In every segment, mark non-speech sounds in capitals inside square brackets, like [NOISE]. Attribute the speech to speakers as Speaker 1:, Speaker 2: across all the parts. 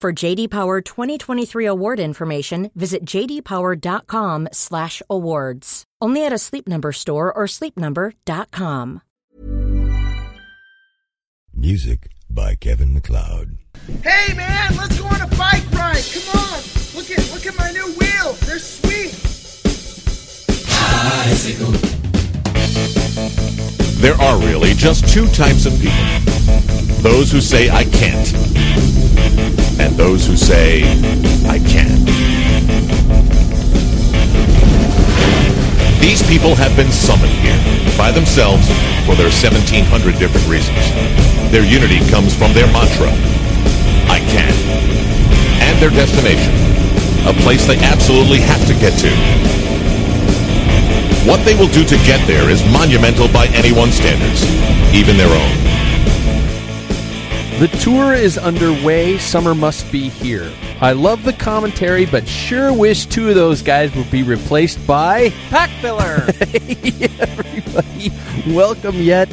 Speaker 1: For JD Power 2023 award information, visit jdpower.com/awards. Only at a Sleep Number store or sleepnumber.com.
Speaker 2: Music by Kevin McLeod.
Speaker 3: Hey man, let's go on a bike ride. Come on. Look at look at my new wheels. They're sweet.
Speaker 4: There are really just two types of people those who say, I can't, and those who say, I can. These people have been summoned here by themselves for their 1700 different reasons. Their unity comes from their mantra, I can, and their destination, a place they absolutely have to get to. What they will do to get there is monumental by anyone's standards, even their own.
Speaker 5: The tour is underway. Summer must be here. I love the commentary, but sure wish two of those guys would be replaced by.
Speaker 6: Pack filler.
Speaker 5: [LAUGHS] Everybody, welcome yet.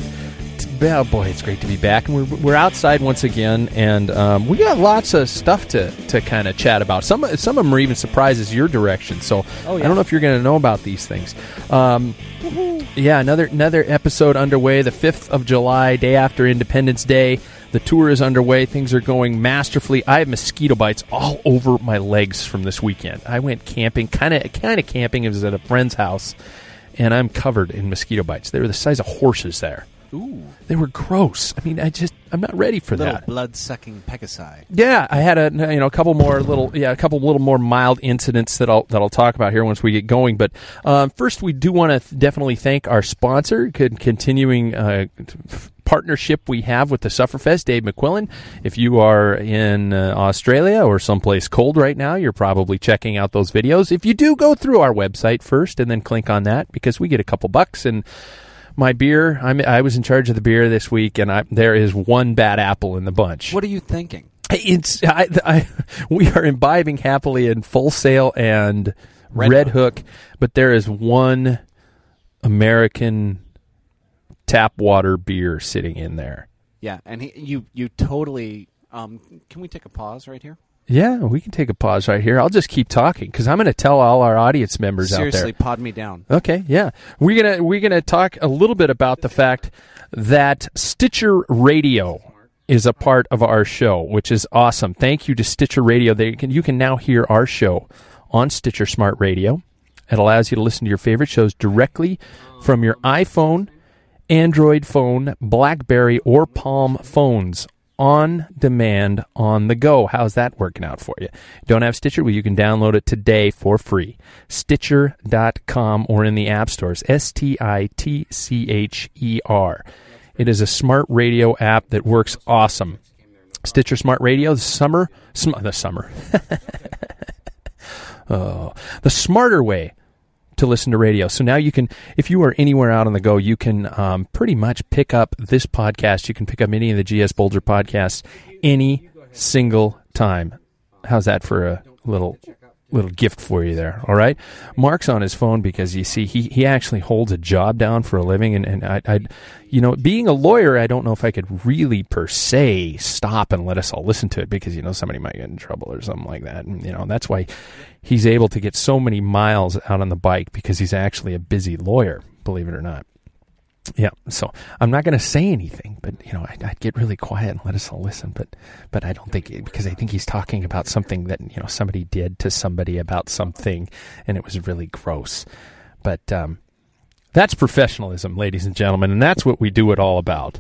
Speaker 5: To, oh boy, it's great to be back, and we're, we're outside once again, and um, we got lots of stuff to, to kind of chat about. Some some of them are even surprises your direction. So
Speaker 6: Oh, yeah.
Speaker 5: I don't know if you're going to know about these things. Um, yeah, another another episode underway. The fifth of July, day after Independence Day. The tour is underway. Things are going masterfully. I have mosquito bites all over my legs from this weekend. I went camping, kind of kind of camping. It was at a friend's house, and I'm covered in mosquito bites. They were the size of horses there.
Speaker 6: Ooh,
Speaker 5: They were gross. I mean, I just I'm not ready for
Speaker 6: little
Speaker 5: that.
Speaker 6: blood sucking pecasi.
Speaker 5: Yeah, I had a you know a couple more little yeah a couple little more mild incidents that I'll that I'll talk about here once we get going. But um, first, we do want to definitely thank our sponsor, con- continuing uh, partnership we have with the Sufferfest, Dave McQuillan. If you are in uh, Australia or someplace cold right now, you're probably checking out those videos. If you do, go through our website first and then click on that because we get a couple bucks and my beer. I'm, I was in charge of the beer this week, and I, there is one bad apple in the bunch.
Speaker 6: What are you thinking?
Speaker 5: It's I, I, we are imbibing happily in Full Sail and Red,
Speaker 6: Red
Speaker 5: Hook. but there is one American tap water beer sitting in there.
Speaker 6: Yeah, and he, you you totally. Um, can we take a pause right here?
Speaker 5: Yeah, we can take a pause right here. I'll just keep talking because I'm going to tell all our audience members out there.
Speaker 6: Seriously, pod me down.
Speaker 5: Okay, yeah. We're going to we're going to talk a little bit about the fact that Stitcher Radio is a part of our show, which is awesome. Thank you to Stitcher Radio. They can you can now hear our show on Stitcher Smart Radio. It allows you to listen to your favorite shows directly from your iPhone, Android phone, BlackBerry or Palm phones on demand on the go. How's that working out for you? Don't have Stitcher? Well, you can download it today for free. Stitcher.com or in the app stores. S T I T C H E R. It is a smart radio app that works awesome. Stitcher Smart Radio, the summer, sm- the summer. [LAUGHS] oh, the smarter way to listen to radio. So now you can, if you are anywhere out on the go, you can um, pretty much pick up this podcast. You can pick up any of the GS Boulder podcasts any single time. How's that for a little little gift for you there. All right. Mark's on his phone because you see, he, he actually holds a job down for a living. And, and I, I, you know, being a lawyer, I don't know if I could really per se stop and let us all listen to it because, you know, somebody might get in trouble or something like that. And, you know, that's why he's able to get so many miles out on the bike because he's actually a busy lawyer, believe it or not. Yeah, so I'm not going to say anything, but you know, I'd, I'd get really quiet and let us all listen. But, but I don't think because I think he's talking about something that you know somebody did to somebody about something, and it was really gross. But um, that's professionalism, ladies and gentlemen, and that's what we do it all about.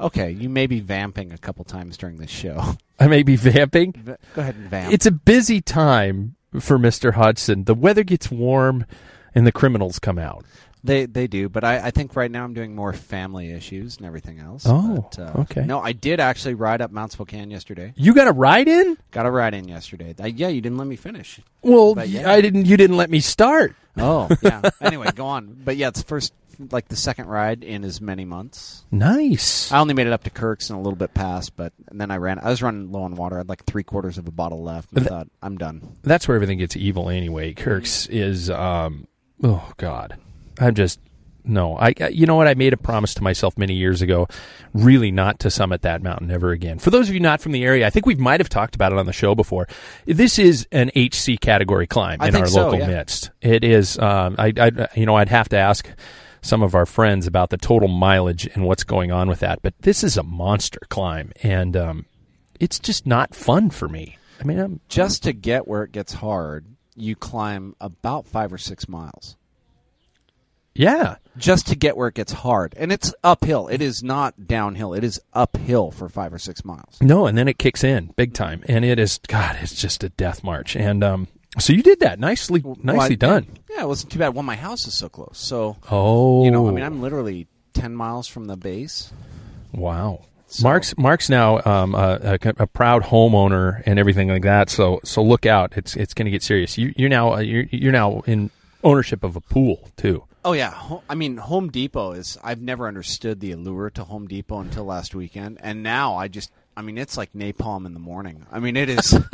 Speaker 6: Okay, you may be vamping a couple times during this show. [LAUGHS]
Speaker 5: I may be vamping.
Speaker 6: Va- Go ahead and vamp.
Speaker 5: It's a busy time for Mister Hodgson. The weather gets warm, and the criminals come out.
Speaker 6: They they do, but I, I think right now I'm doing more family issues and everything else.
Speaker 5: Oh,
Speaker 6: but, uh,
Speaker 5: okay.
Speaker 6: No, I did actually ride up Mount Spokane yesterday.
Speaker 5: You got a ride in?
Speaker 6: Got a ride in yesterday. I, yeah, you didn't let me finish.
Speaker 5: Well,
Speaker 6: But
Speaker 5: y-
Speaker 6: yeah.
Speaker 5: I didn't. You didn't let me start.
Speaker 6: Oh, [LAUGHS] yeah. Anyway, go on. But yeah, it's first like the second ride in as many months.
Speaker 5: Nice.
Speaker 6: I only made it up to Kirk's and a little bit past, but and then I ran. I was running low on water. I had like three quarters of a bottle left. And I thought I'm done.
Speaker 5: that's where everything gets evil anyway. Kirk's is um oh god. I'm just no. I I- you know what I made a promise to myself many years ago really not to summit that mountain ever again. For those of you not from the area, I think we might have talked about it on the show before. This is an HC category climb
Speaker 6: I
Speaker 5: in
Speaker 6: think
Speaker 5: our
Speaker 6: so,
Speaker 5: local
Speaker 6: yeah.
Speaker 5: midst. It is um I I you know I'd have to ask some of our friends about the total mileage and what's going on with that, but this is a monster climb and um it's just not fun for me. I mean, I'm
Speaker 6: Just to get where it gets hard, you climb about five or six miles.
Speaker 5: yeah.
Speaker 6: just to get where it gets hard. And it's uphill. It is not downhill. It is uphill for five or six miles.
Speaker 5: No, and then it kicks in big time, and it is God. It's just a death march, and um, so you did that nicely, nicely
Speaker 6: Well, I-
Speaker 5: done.
Speaker 6: Yeah, it wasn't too bad. Well, my house is so close. So,
Speaker 5: Oh,
Speaker 6: you know, I mean, I'm literally 10 miles from the base.
Speaker 5: wow. Mark's Mark's now um, a, a, a proud homeowner and everything like that. So so look out, it's it's going to get serious. You you're now uh, you're, you're now in ownership of a pool too.
Speaker 6: Oh, yeah. Ho- I mean, Home Depot is, I've never understood the allure to Home Depot until last weekend. And now I just, I mean, it's like napalm in the morning. I mean, it is. [LAUGHS]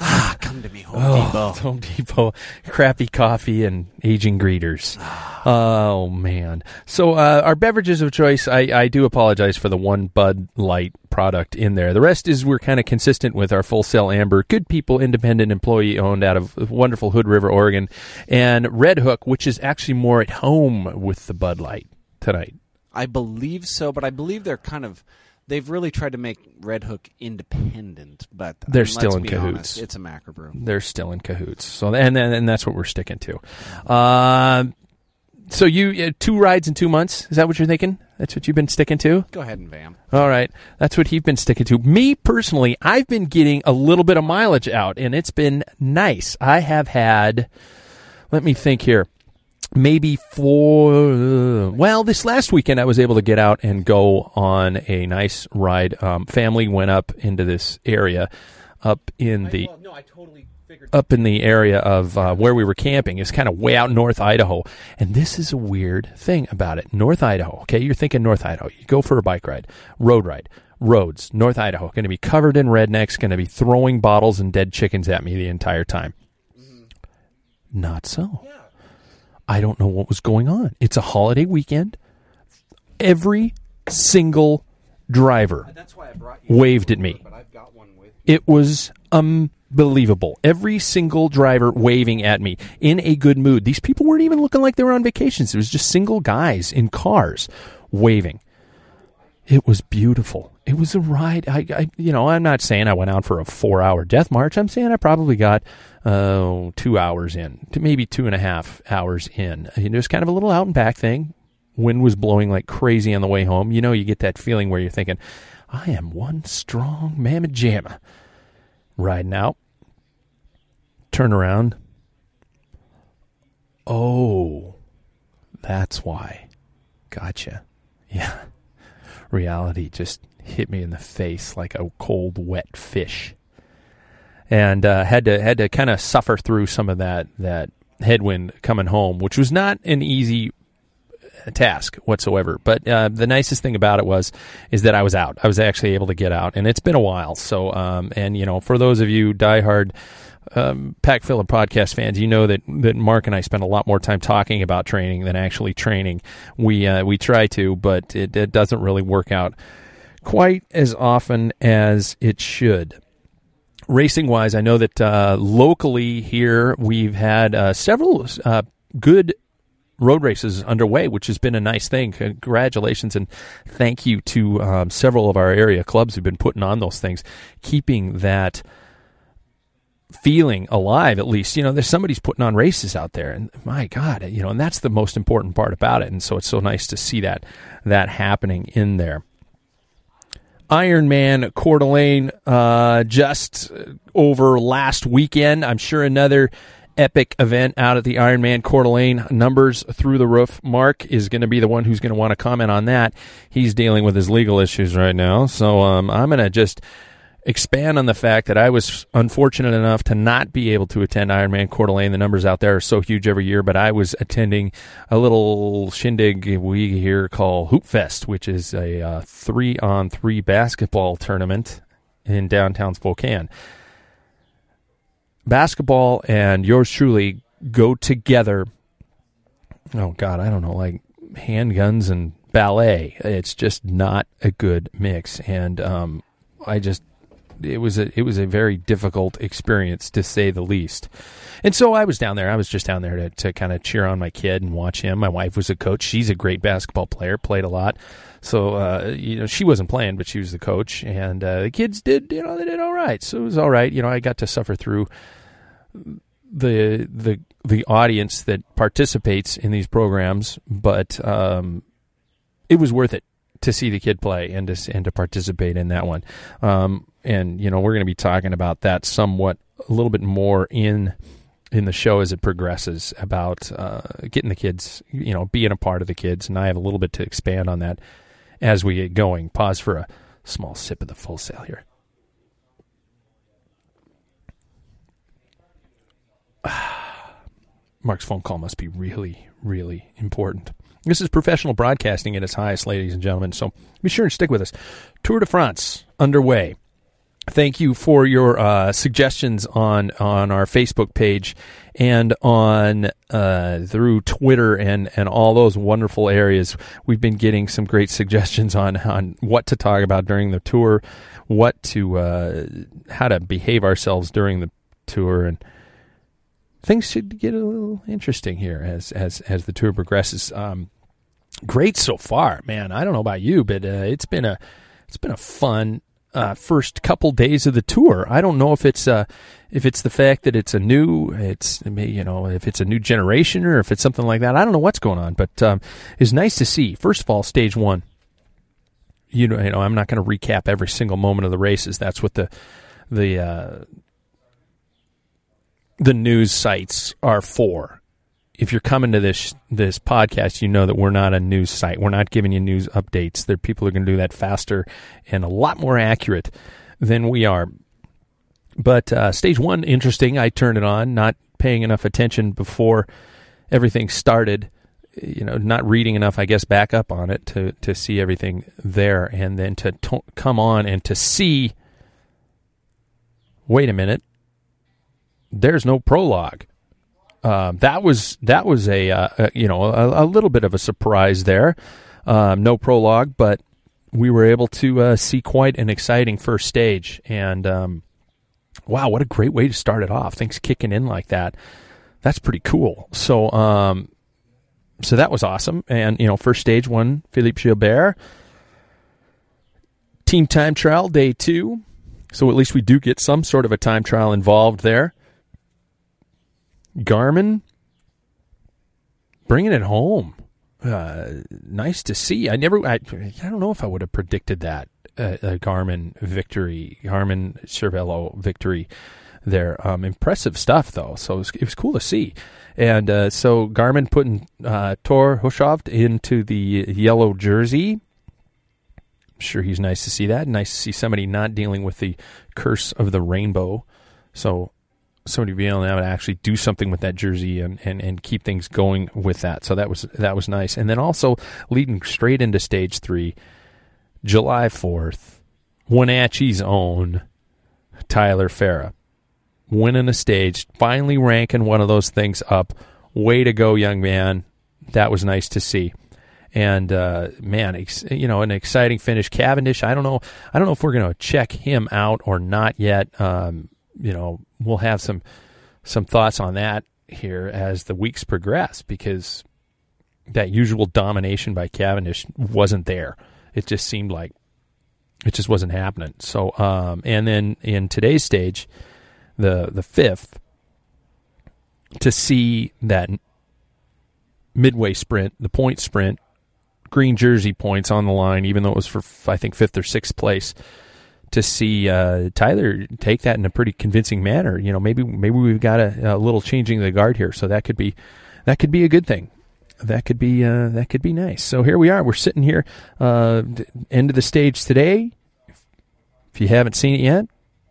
Speaker 6: Ah, Come to me, Home
Speaker 5: Oh.
Speaker 6: Depot.
Speaker 5: [LAUGHS] Home Depot, crappy coffee, and aging greeters. oh man! So uh, our beverages of choice. I, I do apologize for the one Bud Light product in there. The rest is we're kind of consistent with our Full Sail Amber, good people, independent, employee owned, out of wonderful Hood River, Oregon, and Red Hook, which is actually more at home with the Bud Light tonight.
Speaker 6: I believe so, but I believe they're kind of they've really tried to make Red Hook independent, but I
Speaker 5: They're
Speaker 6: mean,
Speaker 5: still
Speaker 6: let's
Speaker 5: in
Speaker 6: be
Speaker 5: cahoots.
Speaker 6: honest, it's a macrobrew.
Speaker 5: They're still in cahoots. So and and, and that's what we're sticking to. Um so you uh, two rides in two months? Is that what you're thinking? That's what you've been sticking to?
Speaker 6: Go ahead and vamp.
Speaker 5: All right. That's what he's been sticking to. Me personally, I've been getting a little bit of mileage out and it's been nice. I have had, let me think here, maybe four. Well, this last weekend I was able to get out and go on a nice ride. Um, family went up into this area up in the up in the area of uh, where we were camping is kind of way out in North Idaho. And this is a weird thing about it. North Idaho, okay, you're thinking North Idaho. You go for a bike ride, road ride, roads, North Idaho, going to be covered in rednecks, going to be throwing bottles and dead chickens at me the entire time.
Speaker 6: Mm-hmm.
Speaker 5: Not so. I don't know what was going on. It's a holiday weekend. Every single driver
Speaker 6: That's why I brought
Speaker 5: waved at me.
Speaker 6: I've got one with.
Speaker 5: It was unbelievable. Every single driver waving at me in a good mood. These people weren't even looking like they were on vacations. It was just single guys in cars waving. It was beautiful. It was a ride. I, I you know, I'm not saying I went out for a four hour death march. I'm saying I probably got uh, two hours in, to maybe two and a half hours in. You know, It was kind of a little out and back thing. Wind was blowing like crazy on the way home. You know, you get that feeling where you're thinking, I am one strong mamma jamma riding out, turn around. Oh, that's why. Gotcha. Yeah. [LAUGHS] Reality just hit me in the face like a cold, wet fish. And uh, had to had to kind of suffer through some of that that headwind coming home, which was not an easy task whatsoever. But uh, the nicest thing about it was is that I was out. I was actually able to get out, and it's been a while. So, um, and you know, for those of you diehard um, Pack Filler podcast fans, you know that that Mark and I spend a lot more time talking about training than actually training. We uh, we try to, but it, it doesn't really work out quite as often as it should. Racing wise, I know that uh, locally here we've had uh, several uh, good road races underway, which has been a nice thing. Congratulations and thank you to um, several of our area clubs who've been putting on those things, keeping that feeling alive at least you know there's somebody's putting on races out there and my god you know and that's the most important part about it and so it's so nice to see that that happening in there Ironman Coeur d'Alene uh, just over last weekend. I'm sure another epic event out at the Ironman Coeur d'Alene. Numbers through the roof. Mark is going to be the one who's going to want to comment on that. He's dealing with his legal issues right now. So um, I'm going to just expand on the fact that I was unfortunate enough to not be able to attend Ironman Coeur d'Alene. The numbers out there are so huge every year, but I was attending a little shindig we here call Hoop Fest, which is a uh, three on three basketball tournament in downtown Spokane. Basketball and yours truly go together. Oh, God, I don't know, like handguns and ballet. It's just not a good mix. And um, I just it was a it was a very difficult experience to say the least. And so I was down there. I was just down there to, to kind of cheer on my kid and watch him. My wife was a coach. She's a great basketball player. Played a lot. So uh, you know she wasn't playing, but she was the coach. And uh, the kids did you know they did all right. So it was all right. You know I got to suffer through the the the audience that participates in these programs, but um, it was worth it to see the kid play and to s- and to participate in that one. Um, and you know we're going to be talking about that somewhat a little bit more in in the show as it progresses about uh, getting the kids, you know, being a part of the kids. And I have a little bit to expand on that as we get going. Pause for a small sip of the full sail here. Mark's phone call must be really, really important. This is professional broadcasting at its highest, ladies and gentlemen. So be sure and stick with us. Tour de France underway. Thank you for your uh, suggestions on on our Facebook page and on uh, through Twitter and and all those wonderful areas. We've been getting some great suggestions on on what to talk about during the tour, what to uh, how to behave ourselves during the tour, and things should get a little interesting here as as as the tour progresses. Um, great so far, man. I don't know about you, but uh, it's been a it's been a fun uh, first couple days of the tour. I don't know if it's uh, if it's the fact that it's a new it's I mean, you know if it's a new generation or if it's something like that. I don't know what's going on, but um, it's nice to see. First of all, stage one. You know, you know, I'm not going to recap every single moment of the races. That's what the the uh, the news sites are for. If you're coming to this this podcast, you know that we're not a news site. We're not giving you news updates. There, people are going to do that faster and a lot more accurate than we are. But uh, stage one, interesting. I turned it on, not paying enough attention before everything started. You know, not reading enough, I guess, back up on it to to see everything there, and then to to come on and to see. Wait a minute there's no prologue. Um, that was that was a, uh, a you know a, a little bit of a surprise there. Um, no prologue, but we were able to uh, see quite an exciting first stage, and um, wow, what a great way to start it off! Things kicking in like that. That's pretty cool. So, um, so that was awesome, and you know, first stage one, Philippe Gilbert, team time trial day two. So at least we do get some sort of a time trial involved there. Garmin bringing it home. Uh, nice to see. I never. I, I don't know if I would have predicted that uh, a Garmin victory, Garmin Cervelo victory. There, um, impressive stuff though. So it was, it was cool to see, and uh, so Garmin putting uh, Tor Hushovd into the yellow jersey. Sure, he's nice to see that. Nice to see somebody not dealing with the curse of the rainbow. So somebody being able to actually do something with that jersey and, and, and keep things going with that. So that was that was nice. And then also leading straight into stage three, July fourth, Wenatchee's own Tyler Farah. winning a stage, finally ranking one of those things up. Way to go, young man. That was nice to see. And uh, man, ex- you know, an exciting finish. Cavendish, I don't know, I don't know if we're going to check him out or not yet. Um, you know, we'll have some some thoughts on that here as the weeks progress because that usual domination by Cavendish wasn't there. It just seemed like it just wasn't happening. So, um, and then in today's stage, the the fifth, to see that midway sprint, the point sprint, green jersey points on the line, even though it was for I think fifth or sixth place. To see uh, Tyler take that in a pretty convincing manner, you know, maybe maybe we've got a, a little changing of the guard here, so that could be that could be a good thing that could be uh, that could be nice. So here we are. We're sitting here, uh, d- end of the stage today. If you haven't seen it yet,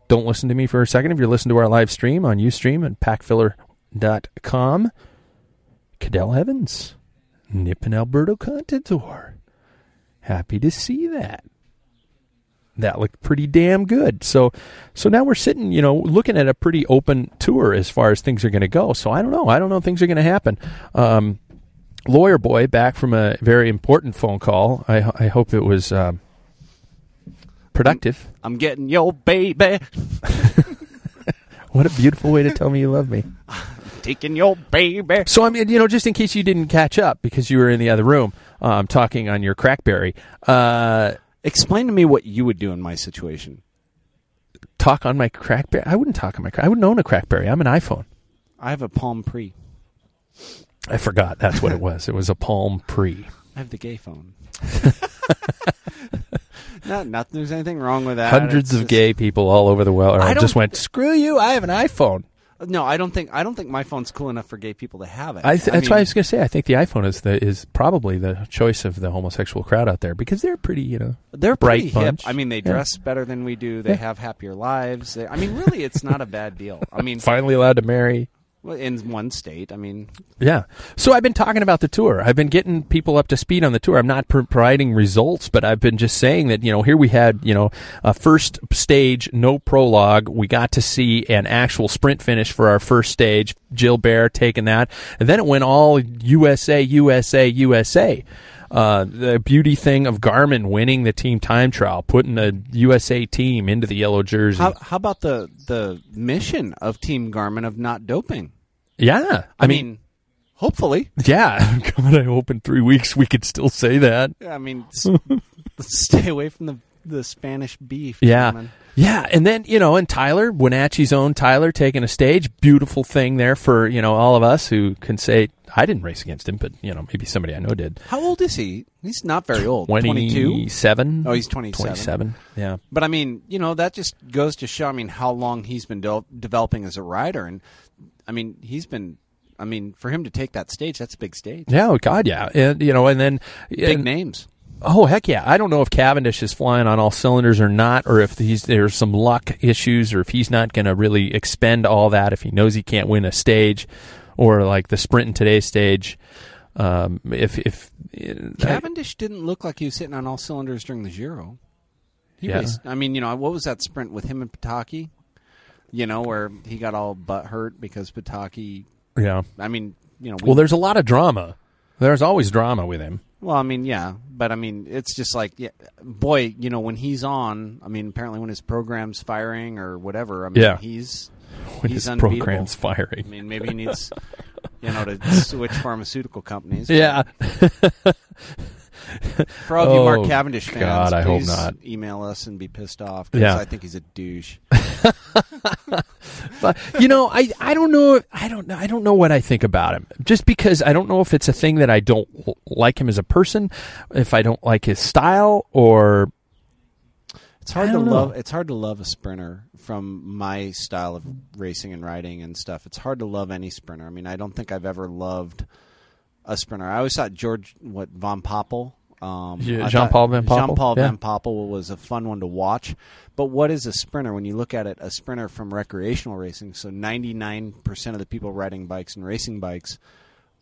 Speaker 5: don't listen to me for a second. If you're listening to our live stream on UStream at packfiller.com, Cadell Evans, Nippin Alberto Contador. Happy to see that. That looked pretty damn good. So, so now we're sitting, you know, looking at a pretty open tour as far as things are going to go. So I don't know. I don't know if things are going to happen. Um, lawyer boy back from a very important phone call. I, I hope it was um, productive.
Speaker 6: I'm getting your baby,
Speaker 5: What a beautiful way to tell me you love me.
Speaker 6: taking your baby.
Speaker 5: So I mean, you know, just in case you didn't catch up because you were in the other room um, talking on your crackberry, uh,
Speaker 6: Explain to me what you would do in my situation.
Speaker 5: talk on my crackberry. I wouldn't talk on my. Crack- I wouldn't own a crackberry. I'm an iPhone.
Speaker 6: I have a Palm Pre.
Speaker 5: I forgot. That's what it was. It was a Palm Pre.
Speaker 6: I have the gay
Speaker 5: [LAUGHS]
Speaker 6: phone. [LAUGHS] not, not that there's anything wrong with that.
Speaker 5: Hundreds
Speaker 6: It's
Speaker 5: of
Speaker 6: just-
Speaker 5: gay people all over the world
Speaker 6: I
Speaker 5: just
Speaker 6: don't-
Speaker 5: went. Screw you! I have an iPhone.
Speaker 6: No, I don't think I don't think my phone's cool enough for gay people to have it.
Speaker 5: I th- that's
Speaker 6: mean,
Speaker 5: why I was going to say I think the iPhone is the is probably the choice of the homosexual crowd out there because they're pretty you know
Speaker 6: they're
Speaker 5: bright
Speaker 6: pretty
Speaker 5: bunch.
Speaker 6: hip. I mean, they
Speaker 5: Yeah.
Speaker 6: dress better than we do. They have happier lives. They, I mean, really, it's not a bad deal. I mean,
Speaker 5: finally allowed to marry.
Speaker 6: well, in one state, I mean,
Speaker 5: Yeah, so I've been talking about the tour. I've been getting people up to speed on the tour. I'm not providing results, but I've been just saying that you know here we had you know a first stage no prologue. We got to see an actual sprint finish for our first stage. Jill Bear taking that, and then it went all USA, USA, USA. uh, the beauty thing of Garmin winning the team time trial, putting the USA team into the yellow jersey.
Speaker 6: how, how about the the mission of Team Garmin of not doping?
Speaker 5: yeah,
Speaker 6: I, mean, hopefully,
Speaker 5: yeah. [LAUGHS] God, I hope in three weeks we could still say that.
Speaker 6: Yeah, I mean,
Speaker 5: [LAUGHS]
Speaker 6: s- stay away from the the Spanish beef.
Speaker 5: Yeah.
Speaker 6: Garmin.
Speaker 5: Yeah, and then you know, and Tyler Wenatchee's own Tyler taking a stage, beautiful thing there for you know all of us who can say I didn't race against him, but you know maybe somebody I know did.
Speaker 6: How old is he? He's not very old. Twenty-two.
Speaker 5: Twenty-seven.
Speaker 6: Oh, he's 27.
Speaker 5: Twenty-seven. Yeah.
Speaker 6: But I mean, you know, that just goes to show. I mean, how long he's been de- developing as a rider, and I mean, he's been. I mean, for him to take that stage, that's a big stage.
Speaker 5: Yeah. Oh, God. Yeah. And you know, and then
Speaker 6: Big
Speaker 5: and-
Speaker 6: names.
Speaker 5: Oh heck yeah! I don't know if Cavendish is flying on all cylinders or not, or if he's there's some luck issues, or if he's not going to really expend all that if he knows he can't win a stage, or like the sprint in today's stage. Um, if if uh,
Speaker 6: Cavendish didn't look like he was hitting on all cylinders during the Giro. He
Speaker 5: Yeah.
Speaker 6: raced- I mean, you know, what was that sprint with him and Pataki? You know, where he got all butt hurt because Pataki.
Speaker 5: yeah,
Speaker 6: I mean, you know, we,
Speaker 5: well, there's a lot of drama. There's always drama with him.
Speaker 6: Well, I mean, yeah, but I mean, it's just like, yeah, boy, you know, when he's on, I mean, apparently when his program's firing or whatever, I mean,
Speaker 5: Yeah.
Speaker 6: he's
Speaker 5: When
Speaker 6: he's
Speaker 5: his
Speaker 6: unbeatable.
Speaker 5: program's [LAUGHS] firing.
Speaker 6: I mean, maybe he needs, you know, to switch pharmaceutical companies.
Speaker 5: Yeah,
Speaker 6: For all of you
Speaker 5: Oh,
Speaker 6: Mark Cavendish fans,
Speaker 5: God, I hope
Speaker 6: please
Speaker 5: not.
Speaker 6: Email us and be pissed off because
Speaker 5: Yeah.
Speaker 6: I think he's a douche.
Speaker 5: but you know, I I don't know. If, I don't know. I don't know what I think about him. Just because I don't know if it's a thing that I don't l- like him as a person, if I don't like his style, or
Speaker 6: It's hard
Speaker 5: I
Speaker 6: to
Speaker 5: don't know.
Speaker 6: love. It's hard to love a sprinter from my style of racing and riding and stuff. It's hard to love any sprinter. I mean, I don't think I've ever loved a sprinter. I always thought George what Von Poppel. Um,
Speaker 5: Yeah,
Speaker 6: I
Speaker 5: Jean-Paul Van Poppel,
Speaker 6: Jean-Paul
Speaker 5: yeah.
Speaker 6: Van Poppel was a fun one to watch. But what is a sprinter when you look at it? A sprinter from recreational racing. So ninety nine percent of the people riding bikes and racing bikes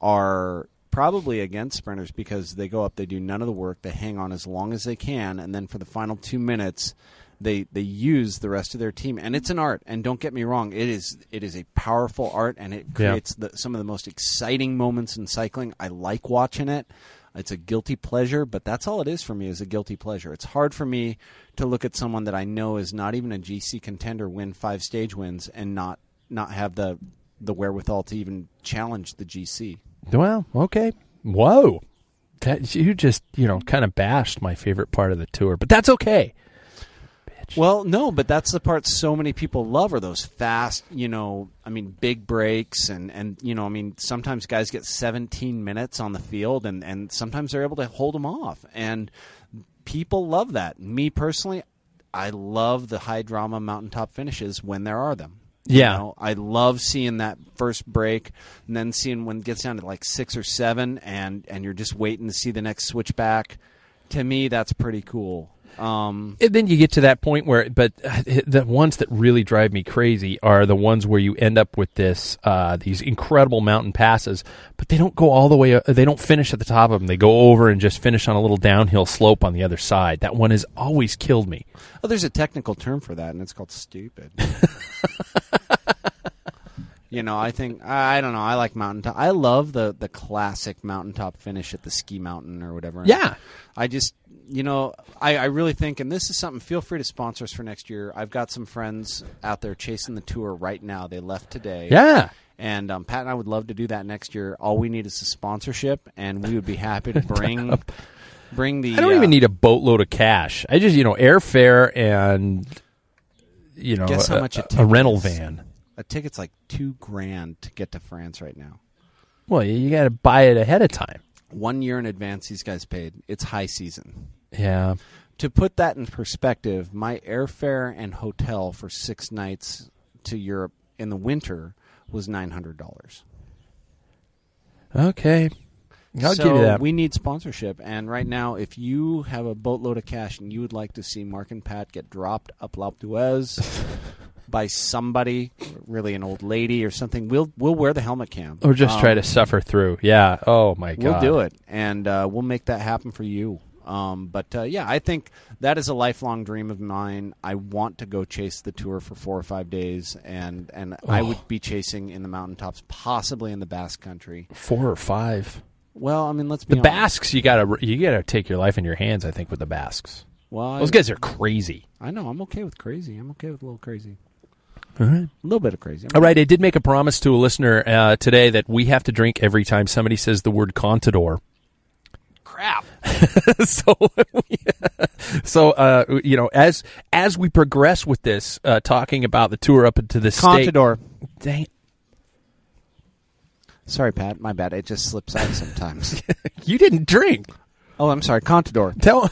Speaker 6: are probably against sprinters because they go up, they do none of the work, they hang on as long as they can, and then for the final two minutes, they they use the rest of their team, and it's an art. And don't get me wrong, it is it is a powerful art, and it
Speaker 5: Yeah.
Speaker 6: creates the, some of the most exciting moments in cycling. I like watching it. It's a guilty pleasure, but that's all it is for me is a guilty pleasure. It's hard for me to look at someone that I know is not even a GC contender win five stage wins and not not have the the wherewithal to even challenge the GC.
Speaker 5: Well, okay. Whoa. That, you just, you know, kind of bashed my favorite part of the tour, but that's okay.
Speaker 6: Well, no, but that's the part so many people love are those fast, you know, I mean, big breaks and and you know, I mean, sometimes guys get 17 minutes on the field and and sometimes they're able to hold them off and people love that. Me personally, I love the high drama mountaintop finishes when there are them. You
Speaker 5: Yeah.
Speaker 6: know, I love seeing that first break and then seeing when it gets down to like 6 or 7 and and you're just waiting to see the next switchback. To me, that's pretty cool. Um
Speaker 5: And then you get to that point where, but uh, the ones that really drive me crazy are the ones where you end up with this, uh, these incredible mountain passes, but they don't go all the way, uh, they don't finish at the top of them. They go over and just finish on a little downhill slope on the other side. That one has always killed me.
Speaker 6: Oh, there's a technical term for that, and it's called
Speaker 5: [LAUGHS]
Speaker 6: stupid. you know, I think I I don't know. I like mountaintop. I love the the classic mountaintop finish at the ski mountain or whatever.
Speaker 5: Yeah.
Speaker 6: I just you know I, I really think, and this is something. Feel free to sponsor us for next year. I've got some friends out there chasing the tour right now. They left today.
Speaker 5: Yeah.
Speaker 6: And um, Pat and I would love to do that next year. All we need is a sponsorship, and we would be happy
Speaker 5: [LAUGHS]
Speaker 6: to bring bring the.
Speaker 5: I don't
Speaker 6: uh,
Speaker 5: even need a boatload of cash. I just, you know, airfare and, you know,
Speaker 6: Guess how
Speaker 5: Oh, a,
Speaker 6: much a
Speaker 5: a
Speaker 6: ticket
Speaker 5: rental
Speaker 6: is.
Speaker 5: van.
Speaker 6: A ticket's like two grand to get to France right now.
Speaker 5: Well, you got to buy it ahead of time.
Speaker 6: One year in advance, these guys paid. It's high season.
Speaker 5: Yeah.
Speaker 6: To put that in perspective, my airfare and hotel for six nights to Europe in the winter was nine hundred dollars.
Speaker 5: Okay. I'll
Speaker 6: so
Speaker 5: give you that.
Speaker 6: We need sponsorship, and right now, if you have a boatload of cash and you would like to see Mark and Pat get dropped up La
Speaker 5: [LAUGHS]
Speaker 6: Duez by somebody, really an old lady or something, we'll we'll wear the helmet cam
Speaker 5: or just
Speaker 6: Um,
Speaker 5: try to suffer through. Yeah. Oh my god.
Speaker 6: We'll do it, and uh, we'll make that happen for you. Um, but uh, yeah, I think that is a lifelong dream of mine. I want to go chase the tour for four or five days, and and I
Speaker 5: Oh.
Speaker 6: would be chasing in the mountaintops, possibly in the Basque Country.
Speaker 5: Four or five.
Speaker 6: Well, I mean, let's be
Speaker 5: The
Speaker 6: honest.
Speaker 5: Basques, you gotta you gotta take your life in your hands. I think with the Basques,
Speaker 6: Well, I,
Speaker 5: those guys are crazy.
Speaker 6: I know I'm okay with crazy. I'm okay with a little crazy,
Speaker 5: All right.
Speaker 6: a little bit of crazy. I'm
Speaker 5: All right. I did make a promise to a listener uh, today that we have to drink every time somebody says the word contador.
Speaker 6: crap.
Speaker 5: [LAUGHS] so [LAUGHS] we- so uh, you know as as we progress with this uh, talking about the tour up into the
Speaker 6: Contador.
Speaker 5: state. Dang,
Speaker 6: Sorry, Pat. My bad. It just slips out
Speaker 5: [LAUGHS]
Speaker 6: sometimes.
Speaker 5: you didn't drink.
Speaker 6: oh, I'm sorry. Contador.
Speaker 5: Tell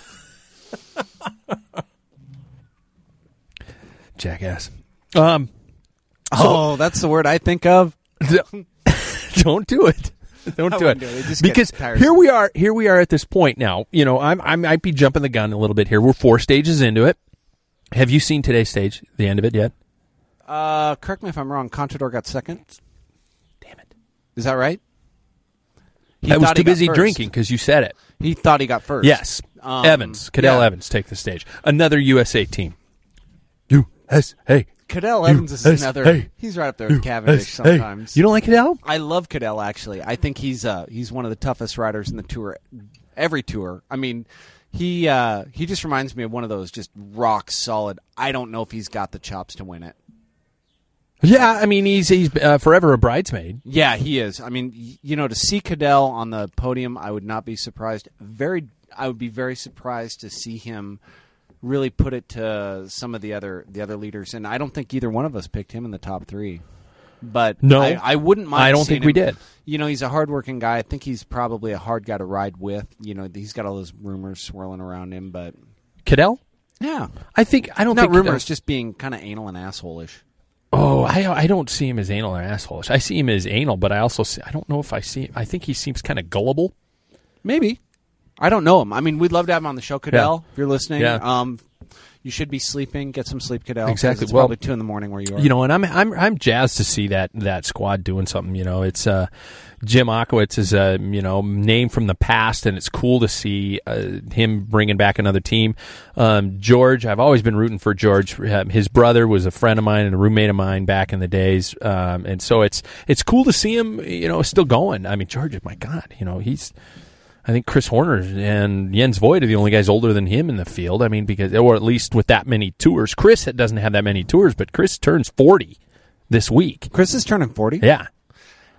Speaker 5: Jackass. Um
Speaker 6: Oh, that's the word I think of.
Speaker 5: d- [LAUGHS] don't do it. Don't
Speaker 6: I
Speaker 5: do
Speaker 6: wouldn't
Speaker 5: it.
Speaker 6: do it. It just
Speaker 5: because
Speaker 6: gets tiresome.
Speaker 5: here we are here we are at this point now. You know, I'm I might be jumping the gun a little bit here. We're four stages into it. Have you seen today's stage, the end of it yet?
Speaker 6: Uh, correct me if I'm wrong. Contador got second.
Speaker 5: Damn it.
Speaker 6: Is that right? He
Speaker 5: I was
Speaker 6: thought
Speaker 5: too
Speaker 6: he got
Speaker 5: busy
Speaker 6: first.
Speaker 5: drinking because you said it.
Speaker 6: He thought he got first.
Speaker 5: Yes.
Speaker 6: Um,
Speaker 5: Evans. Cadell
Speaker 6: yeah.
Speaker 5: Evans take the stage. Another USA team. USA.
Speaker 6: Cadell Evans is
Speaker 5: Yes.
Speaker 6: another.
Speaker 5: Hey.
Speaker 6: He's right up there with Cavendish
Speaker 5: USA.
Speaker 6: sometimes.
Speaker 5: You don't like Cadell?
Speaker 6: I love Cadell actually. I think he's uh he's one of the toughest riders in the tour, every tour. I mean, he uh he just reminds me of one of those just rock solid. I don't know if he's got the chops to win it.
Speaker 5: Yeah, I mean he's he's uh, forever a bridesmaid.
Speaker 6: Yeah, he is. I mean, y- you know, to see Cadell on the podium, I would not be surprised. Very, I would be very surprised to see him really put it to some of the other the other leaders, and I don't think either one of us picked him in the top three. But
Speaker 5: No.
Speaker 6: I, I wouldn't mind.
Speaker 5: I don't
Speaker 6: seeing
Speaker 5: think we
Speaker 6: him.
Speaker 5: did.
Speaker 6: You know, he's a hardworking guy. I think he's probably a hard guy to ride with. You know, he's got all those rumors swirling around him, but
Speaker 5: Cadell?
Speaker 6: yeah,
Speaker 5: I think I don't
Speaker 6: not
Speaker 5: think
Speaker 6: rumors, just being kind of anal and assholeish.
Speaker 5: Oh, I I don't see him as anal or asshole. I see him as anal, but I also see, I don't know if I see. I think he seems kind of gullible.
Speaker 6: Maybe. I don't know him. I mean, we'd love to have him on the show, Cadell, if you're listening.
Speaker 5: Yeah.
Speaker 6: Um, You should be sleeping. Get some sleep, kiddo. 'cause
Speaker 5: Exactly.
Speaker 6: It's
Speaker 5: Well,
Speaker 6: probably two in the morning where you are.
Speaker 5: You know, and I'm I'm I'm jazzed to see that that squad doing something. You know, it's uh, Jim Akowitz is a you know name from the past, and it's cool to see uh, him bringing back another team. Um, George, I've always been rooting for George. Um, his brother was a friend of mine and a roommate of mine back in the days, um, and so it's it's cool to see him. You know, still going. I mean, George, my God, you know he's. I think Chris Horner and Jens Void are the only guys older than him in the field. I mean, because or at least with that many tours. Chris doesn't have that many tours, but Chris turns forty this week.
Speaker 6: Chris is turning forty.
Speaker 5: Yeah.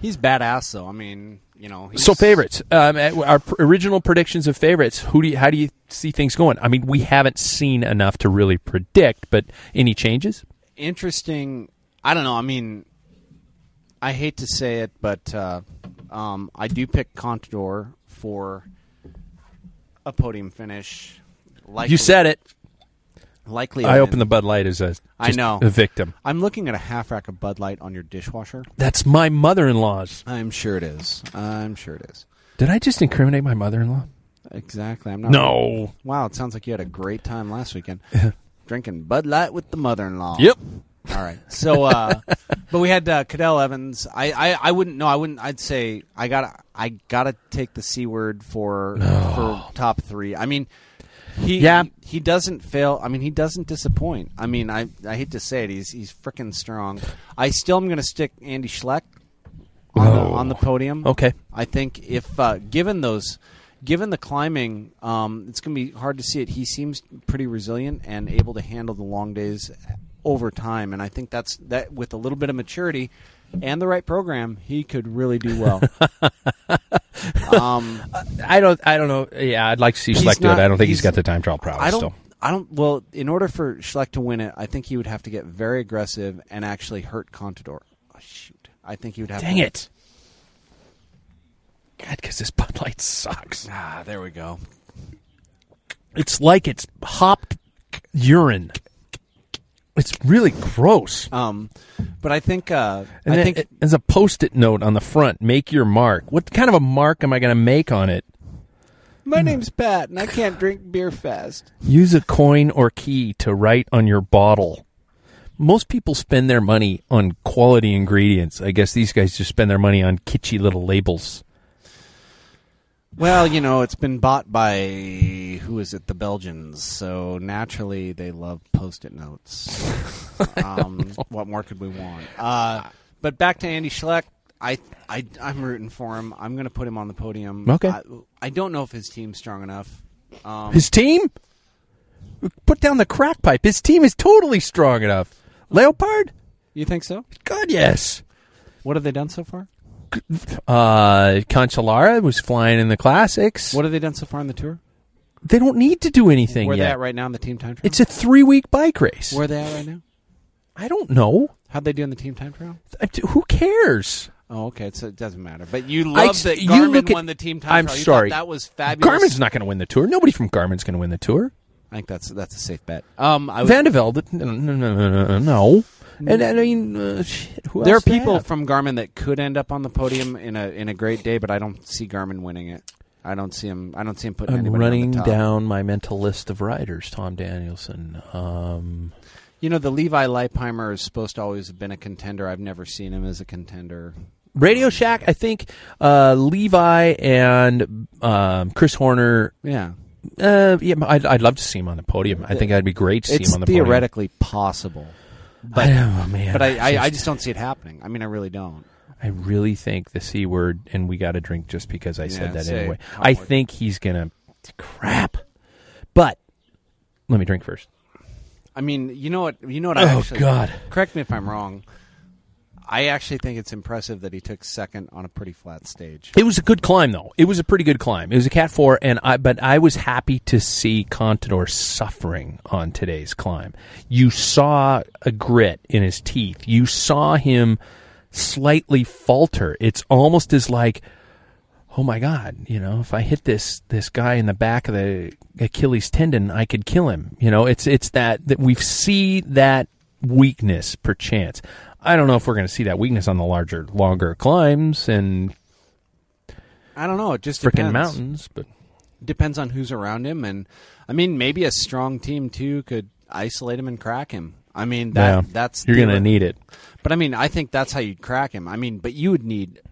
Speaker 6: He's badass though. I mean, you know. He's,
Speaker 5: So favorites, um, at- our pr- original predictions of favorites. Who do you, how do you see things going? I mean, we haven't seen enough to really predict, but any changes?
Speaker 6: interesting. I don't know. I mean, I hate to say it, but uh, um, I do pick Contador for a podium finish. Likely,
Speaker 5: You said it.
Speaker 6: Likely,
Speaker 5: I
Speaker 6: win.
Speaker 5: open the Bud Light as a
Speaker 6: I
Speaker 5: just
Speaker 6: know.
Speaker 5: a victim.
Speaker 6: I'm looking at a half rack of Bud Light on your dishwasher.
Speaker 5: That's my mother-in-law's.
Speaker 6: I'm sure it is. I'm sure it is.
Speaker 5: Did I just incriminate my mother-in-law?
Speaker 6: Exactly. I'm not.
Speaker 5: No.
Speaker 6: Wow. It sounds like you had a great time last
Speaker 5: [LAUGHS]
Speaker 6: weekend drinking Bud Light with the mother-in-law. All right. So,
Speaker 5: [LAUGHS]
Speaker 6: uh, but we had uh, Cadell Evans. I, I, I wouldn't. No, I wouldn't. I'd say I got. I gotta take the c word for for top three. I mean, he
Speaker 5: Yeah.
Speaker 6: he, he doesn't fail. I mean, he doesn't disappoint. I mean, I I hate to say it. He's he's freaking strong. I still am gonna stick Andy Schleck on, the, on the podium.
Speaker 5: Okay.
Speaker 6: I think if uh, given those, given the climbing, um, it's going to be hard to see it. He seems pretty resilient and able to handle the long days over time, and I think that's that with a little bit of maturity and the right program, he could really do
Speaker 5: [LAUGHS]
Speaker 6: well. um,
Speaker 5: I don't. I don't know. Yeah, I'd like to see
Speaker 6: He's
Speaker 5: Schleck do it.
Speaker 6: not-
Speaker 5: I don't think he's
Speaker 6: he's-
Speaker 5: got the time trial problem.
Speaker 6: I don't.
Speaker 5: Still.
Speaker 6: I don't. Well, in order for Schleck to win it, I think he would have to get very aggressive and actually hurt Contador. Oh, shoot, I think he would have.
Speaker 5: Dang
Speaker 6: to,
Speaker 5: it! God, because this Bud Light sucks.
Speaker 6: Ah, there we go.
Speaker 5: It's like it's hopped urine. It's really gross.
Speaker 6: Um, but I think uh,
Speaker 5: And
Speaker 6: I
Speaker 5: then
Speaker 6: think
Speaker 5: it- there's a post-it note on the front. Make your mark. What kind of a mark am I going to make on it?
Speaker 6: My name's Pat, and I can't drink beer fast.
Speaker 5: Use a coin or key to write on your bottle. Most people spend their money on quality ingredients. I guess these guys just spend their money on kitschy little labels.
Speaker 6: Well, you know, it's been bought by who is it? The Belgians. So naturally, they love post-it
Speaker 5: [LAUGHS]
Speaker 6: notes. um, what more could we want? Uh, but back to Andy Schleck. I, I, I'm rooting for him. I'm going to put him on the podium.
Speaker 5: Okay.
Speaker 6: I, I don't know if his team's strong enough. Um,
Speaker 5: His team? Put down the crack pipe. His team is totally strong enough. Leopard?
Speaker 6: [LAUGHS] you think so?
Speaker 5: God, yes.
Speaker 6: What have they done so far?
Speaker 5: Uh, Cancellara was flying in the classics.
Speaker 6: What have they done so far on the tour?
Speaker 5: They don't need to do anything
Speaker 6: Where they
Speaker 5: yet.
Speaker 6: at right now in the team time trial?
Speaker 5: It's a three-week bike race.
Speaker 6: Where they at right now?
Speaker 5: I don't know.
Speaker 6: How'd they do in the team time trial?
Speaker 5: I- Who cares?
Speaker 6: Oh, okay. So it doesn't matter. But you
Speaker 5: I
Speaker 6: love
Speaker 5: s-
Speaker 6: that
Speaker 5: you
Speaker 6: Garmin
Speaker 5: look at-
Speaker 6: won the team time
Speaker 5: I'm
Speaker 6: trial. You
Speaker 5: sorry.
Speaker 6: thought that was fabulous.
Speaker 5: Garmin's not going to win the tour. Nobody from Garmin's going to win the tour.
Speaker 6: I think that's that's a safe bet. Um, I was-
Speaker 5: Vandeveld, no, no, no, no, no, no. And I mean, uh, shit, who
Speaker 6: there are
Speaker 5: else do they
Speaker 6: people
Speaker 5: have?
Speaker 6: from Garmin that could end up on the podium in a in a great day, but I don't see Garmin winning it. I don't see him. I don't see him putting
Speaker 5: I'm
Speaker 6: anybody
Speaker 5: running
Speaker 6: on the top.
Speaker 5: down my mental list of riders. Tom Danielson. Um,
Speaker 6: You know, the Levi Leipheimer is supposed to always have been a contender. I've never seen him as a contender.
Speaker 5: Radio Shack, I think uh, Levi and um, Chris Horner.
Speaker 6: Yeah,
Speaker 5: Uh, yeah, I'd, I'd love to see him on the podium. I think I'd be great to see
Speaker 6: it's
Speaker 5: him on the
Speaker 6: theoretically possible,
Speaker 5: podium. But, oh, man,
Speaker 6: but I, I, I just don't see it happening. I mean, I really don't.
Speaker 5: I really think the c word, and we got to drink just because I
Speaker 6: Yeah,
Speaker 5: said that
Speaker 6: say it.
Speaker 5: anyway.
Speaker 6: Come
Speaker 5: I
Speaker 6: on.
Speaker 5: think he's gonna crap. But let me drink first.
Speaker 6: I mean, you know what? You know what? I
Speaker 5: Oh,
Speaker 6: actually,
Speaker 5: God.
Speaker 6: Correct me if I'm wrong. I actually think it's impressive that he took second on a pretty flat stage.
Speaker 5: It was a good climb, though. It was a pretty good climb. It was a cat four, and I. But I was happy to see Contador suffering on today's climb. You saw a grit in his teeth. You saw him slightly falter. It's almost as like, oh my god, you know, if I hit this this guy in the back of the Achilles tendon, I could kill him. You know, it's it's that that we see that weakness perchance. I don't know if we're going to see that weakness on the larger, longer climbs and
Speaker 6: I don't know. It just
Speaker 5: freaking
Speaker 6: depends.
Speaker 5: mountains, but
Speaker 6: depends on who's around him, and I mean maybe a strong team too could isolate him and crack him. I mean that
Speaker 5: Yeah.
Speaker 6: that's
Speaker 5: you're
Speaker 6: the-
Speaker 5: going to need it.
Speaker 6: But I mean, I think that's how you'd crack him. I mean, but you would need,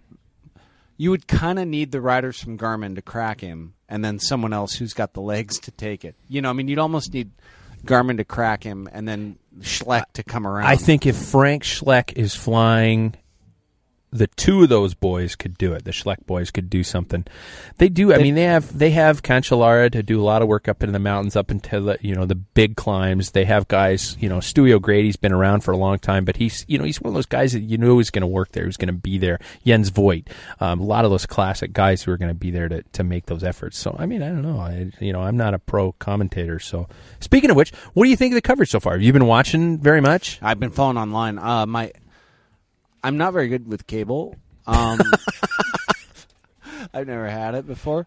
Speaker 6: you would kind of need the riders from Garmin to crack him, and then someone else who's got the legs to take it. You know, I mean, you'd almost need Garmin to crack him, and then Schleck to come around.
Speaker 5: I think if Frank Schleck is flying, the two of those boys could do it. The Schleck boys could do something. They do. I mean, they have they have Cancellara to do a lot of work up in the mountains, up into the you know the big climbs. They have guys. You know, Stewie O'Grady's been around for a long time, but he's you know he's one of those guys that you know is going to work there, who's going to be there. Jens Voigt, um, a lot of those classic guys who are going to be there to to make those efforts. So I mean, I don't know. I you know I'm not a pro commentator. So speaking of which, what do you think of the coverage so far? Have you been watching very much?
Speaker 6: I've been following online. Uh, my, I'm not very good with cable.
Speaker 5: [LAUGHS]
Speaker 6: Um, I've never had it
Speaker 5: [LAUGHS]
Speaker 6: before.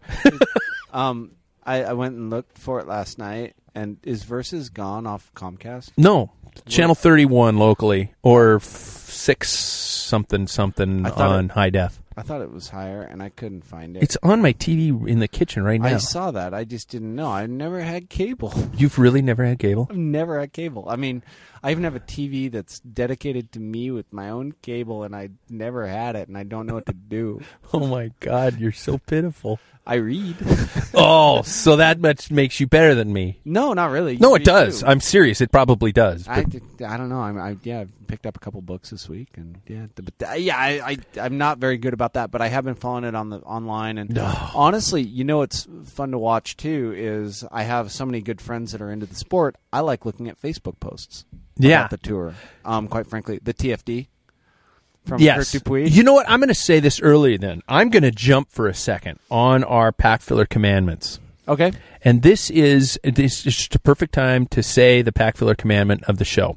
Speaker 6: um, I, I went and looked for it last night, and is Versus gone off Comcast?
Speaker 5: No, Channel 31 locally or f- 6 something something
Speaker 6: I thought
Speaker 5: on
Speaker 6: it-
Speaker 5: high def.
Speaker 6: I thought it was higher, and I couldn't find it.
Speaker 5: It's on my TV in the kitchen right now.
Speaker 6: I saw that. I just didn't know. I never had cable. [LAUGHS]
Speaker 5: You've really never had cable?
Speaker 6: I've never had cable. I mean, I even have a TV that's dedicated to me with my own cable, and I never had it, and I don't know what to do.
Speaker 5: Oh my god, you're so pitiful.
Speaker 6: I read.
Speaker 5: [LAUGHS]
Speaker 6: [LAUGHS]
Speaker 5: oh, so that much makes you better than me.
Speaker 6: no, not really. You
Speaker 5: No, it
Speaker 6: read
Speaker 5: does.
Speaker 6: too.
Speaker 5: I'm serious. It probably does.
Speaker 6: I,
Speaker 5: but-
Speaker 6: d- I don't know. I'm, I yeah, I've picked up a couple books this week, and yeah, th- but th- yeah, I, I I'm not very good about that, but I have been following it on the online. And honestly, you know, it's fun to watch too. Is I have so many good friends that are into the sport. I like looking at Facebook posts.
Speaker 5: Yeah.
Speaker 6: about the tour. Um, quite frankly, the TFD from
Speaker 5: yes.
Speaker 6: Kurt Dupuis.
Speaker 5: You know what? I'm going to say this early then. I'm going to jump for a second on our pack filler commandments.
Speaker 6: okay,
Speaker 5: And this is this is just a perfect time to say the pack filler commandment of the show.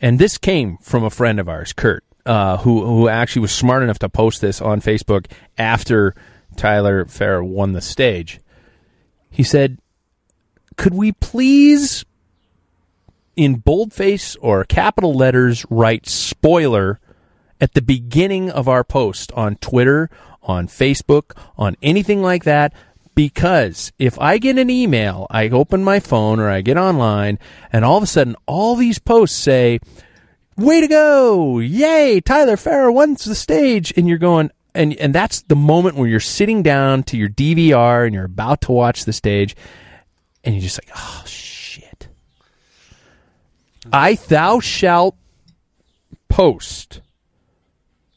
Speaker 5: And this came from a friend of ours, Kurt, uh, who who actually was smart enough to post this on Facebook after Tyler Farr won the stage. He said, "Could we please, in boldface or capital letters, write spoiler at the beginning of our post on Twitter, on Facebook, on anything like that?" Because if I get an email, I open my phone or I get online, and all of a sudden, all these posts say, way to go yay tyler farrow wins the stage and you're going and and that's the moment where you're sitting down to your dvr and you're about to watch the stage and you're just like oh shit i thou shalt post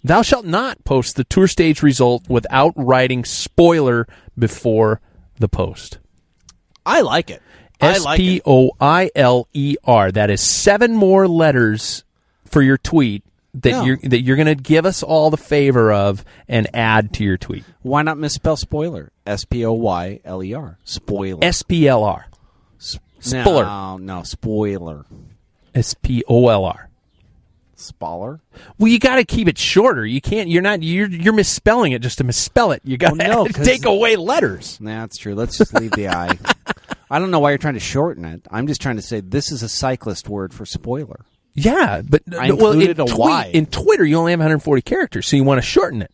Speaker 5: thou shalt not post the tour stage result without writing spoiler before the post
Speaker 6: I like it. I
Speaker 5: S
Speaker 6: like
Speaker 5: P
Speaker 6: it.
Speaker 5: O I L E R. That is seven more letters for your tweet that
Speaker 6: Yeah.
Speaker 5: you're that you're going to give us all the favor of and add to your tweet.
Speaker 6: Why not misspell spoiler? S P O Y L E R. Spoiler.
Speaker 5: S P L R. spoiler.
Speaker 6: No, no, spoiler.
Speaker 5: S P O L R.
Speaker 6: Spoiler.
Speaker 5: Well, you got to keep it shorter. You can't. You're not. You're you're misspelling it just to misspell it. You got to [LAUGHS]
Speaker 6: Well, no, 'cause-
Speaker 5: take away letters.
Speaker 6: Nah, that's true. Let's just leave the
Speaker 5: [LAUGHS]
Speaker 6: I. I don't know why you're trying to shorten it. I'm just trying to say this is a cyclist word for spoiler.
Speaker 5: Yeah, but
Speaker 6: I
Speaker 5: well, in,
Speaker 6: included a
Speaker 5: tweet-
Speaker 6: Y.
Speaker 5: in Twitter you only have 140 characters, so you want to shorten it.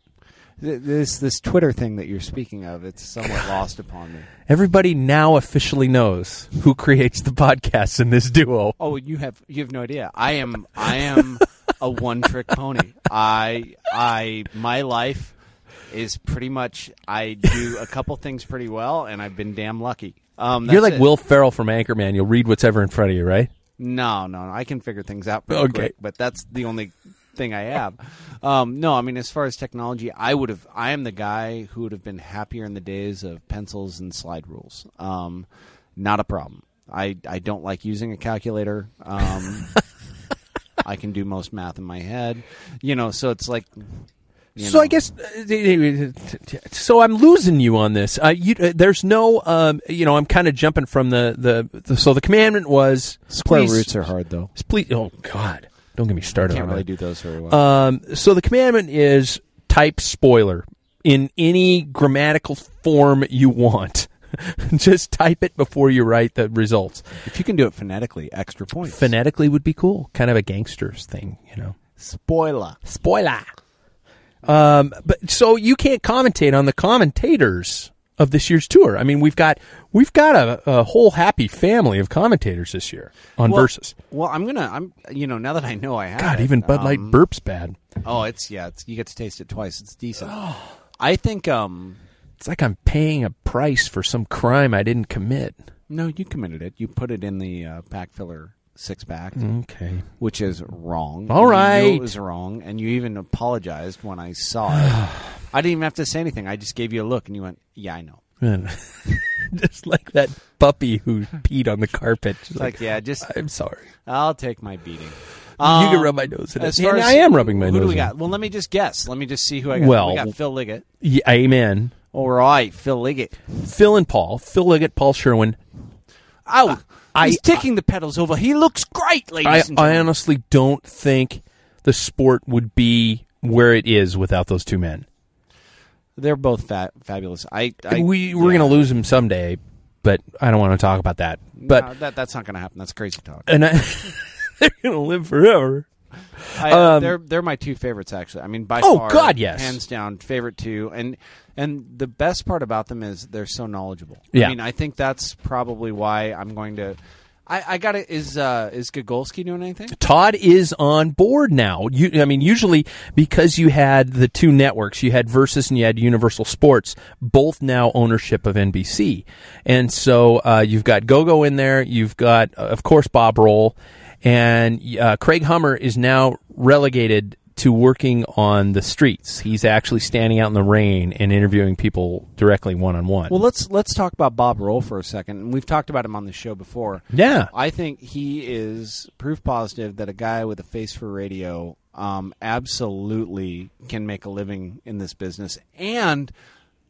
Speaker 6: Th- This this Twitter thing that you're speaking of, it's
Speaker 5: [LAUGHS]
Speaker 6: somewhat lost upon me.
Speaker 5: Everybody now officially knows who creates the podcasts in this duo.
Speaker 6: Oh, you have you have no idea. I am I am a one trick pony. I I my life is pretty much I do a couple things pretty well, and I've been damn lucky. Um,
Speaker 5: You're
Speaker 6: that's
Speaker 5: like
Speaker 6: it.
Speaker 5: Will Ferrell from Anchorman. You'll read what's ever in front of you, right?
Speaker 6: No, no, no. I can figure things out pretty
Speaker 5: Okay.
Speaker 6: quick, but that's the only thing I have. Um, no, I mean, as far as technology, I would have. I am the guy who would have been happier in the days of pencils and slide rules. Um, not a problem. I I don't like using a calculator. [LAUGHS] Um, I can do most math in my head, you know. So it's like, you
Speaker 5: so I
Speaker 6: know.
Speaker 5: guess uh, so. I'm losing you on this. Uh, you, uh, there's no, um, you know, I'm kind of jumping from the, the the. So the commandment was
Speaker 6: square
Speaker 5: please-
Speaker 6: roots are hard though.
Speaker 5: Please, oh God, don't get me started.
Speaker 6: Can't
Speaker 5: on
Speaker 6: really
Speaker 5: that.
Speaker 6: do those very well.
Speaker 5: Um, so the commandment is type spoiler in any grammatical form you want. [LAUGHS] Just type it before you write the results.
Speaker 6: if you can do it phonetically, extra points.
Speaker 5: Phonetically would be cool, kind of a gangster's thing, you know.
Speaker 6: Spoiler.
Speaker 5: Spoiler. Um, but so you can't commentate on the commentators of this year's tour. I mean, we've got we've got a, a whole happy family of commentators this year on
Speaker 6: Well-
Speaker 5: verses.
Speaker 6: Well, I'm gonna. I'm. You know, now that I know I have.
Speaker 5: God,
Speaker 6: it,
Speaker 5: even Bud Light
Speaker 6: um,
Speaker 5: burps bad.
Speaker 6: Oh, it's yeah. It's, you get to taste it twice. It's
Speaker 5: [GASPS]
Speaker 6: decent. I think. Um,
Speaker 5: It's like I'm paying a price for some crime I didn't commit.
Speaker 6: no, you committed it. You put it in the uh, pack filler six pack,
Speaker 5: Okay.
Speaker 6: which is wrong.
Speaker 5: Mm-hmm. All
Speaker 6: You knew
Speaker 5: right.
Speaker 6: it was wrong, and you even apologized when I saw
Speaker 5: [SIGHS]
Speaker 6: it. I didn't even have to say anything. I just gave you a look, and you went, "Yeah, I know."
Speaker 5: [LAUGHS] Just like that puppy who peed on the carpet. She's
Speaker 6: It's like, yeah, just
Speaker 5: I'm sorry.
Speaker 6: I'll take my beating.
Speaker 5: you can
Speaker 6: Um,
Speaker 5: rub my nose in it.
Speaker 6: As far
Speaker 5: And
Speaker 6: as-
Speaker 5: I am rubbing my
Speaker 6: who
Speaker 5: nose
Speaker 6: do we
Speaker 5: in
Speaker 6: got?
Speaker 5: it.
Speaker 6: Well, let me just guess. Let me just see who I got.
Speaker 5: Well-
Speaker 6: we got Phil Liggett.
Speaker 5: Yeah, amen.
Speaker 6: All right, Phil Liggett.
Speaker 5: Phil and Paul, Phil Liggett, Paul Sherwin.
Speaker 6: Oh,
Speaker 5: I-
Speaker 6: he's ticking the pedals over. He looks great, ladies
Speaker 5: I,
Speaker 6: and
Speaker 5: I
Speaker 6: gentlemen.
Speaker 5: honestly don't think the sport would be where it is without those two men.
Speaker 6: They're both fa- fabulous. I, I
Speaker 5: we we're
Speaker 6: yeah.
Speaker 5: going to lose them someday, but I don't want to talk about that. But
Speaker 6: No, that that's not going to happen. That's crazy talk.
Speaker 5: and I, [LAUGHS] they're going to live forever.
Speaker 6: I, uh,
Speaker 5: um,
Speaker 6: they're they're my two favorites actually. I mean, by
Speaker 5: Oh,
Speaker 6: far,
Speaker 5: God, yes.
Speaker 6: hands down favorite two. And and the best part about them is they're so knowledgeable.
Speaker 5: Yeah.
Speaker 6: I mean, I think that's probably why I'm going to. I, I got it. Is uh, is Gogolski doing anything?
Speaker 5: Todd is on board now. You, I mean, usually because you had the two networks, you had Versus and you had Universal Sports, both now ownership of NBC, and so uh, you've got GoGo in there. You've got, uh, of course, Bob Roll, and uh, Craig Hummer is now relegated to working on the streets. He's actually standing out in the rain and interviewing people directly one on one.
Speaker 6: Well, let's let's talk about Bob Roll for a second. And we've talked about him on the show before.
Speaker 5: Yeah.
Speaker 6: I think he is proof positive that a guy with a face for radio um, absolutely can make a living in this business and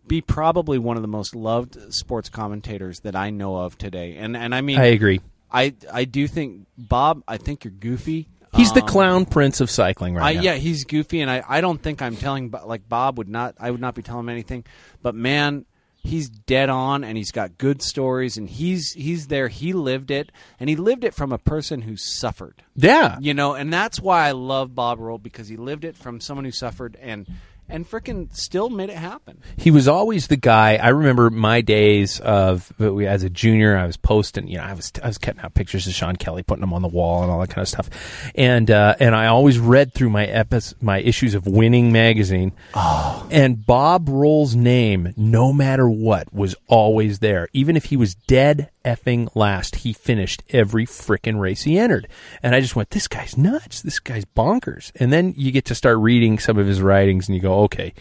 Speaker 6: be probably one of the most loved sports commentators that I know of today. And and I mean,
Speaker 5: I agree.
Speaker 6: I I do think Bob. I think you're goofy.
Speaker 5: He's the
Speaker 6: Um,
Speaker 5: clown prince of cycling right
Speaker 6: I,
Speaker 5: now.
Speaker 6: yeah, he's goofy, and I, I don't think I'm telling. Bo- Like Bob would not, I would not be telling him anything. But man, he's dead on, and he's got good stories, and he's he's there. He lived it, and he lived it from a person who suffered.
Speaker 5: yeah.
Speaker 6: You know, and that's why I love Bob Roll because he lived it from someone who suffered, and and frickin' still made it happen.
Speaker 5: he was always the guy. I remember my days of as a junior, I was posting, you know, I was I was cutting out pictures of Sean Kelly, putting them on the wall, and all that kind of stuff. And uh, and I always read through my epis, my issues of Winning magazine, and Bob Roll's name, no matter what, was always there. Even if he was dead effing last, he finished every frickin' race he entered. And I just went, this guy's nuts. This guy's bonkers. And then you get to start reading some of his writings, and you go, okay.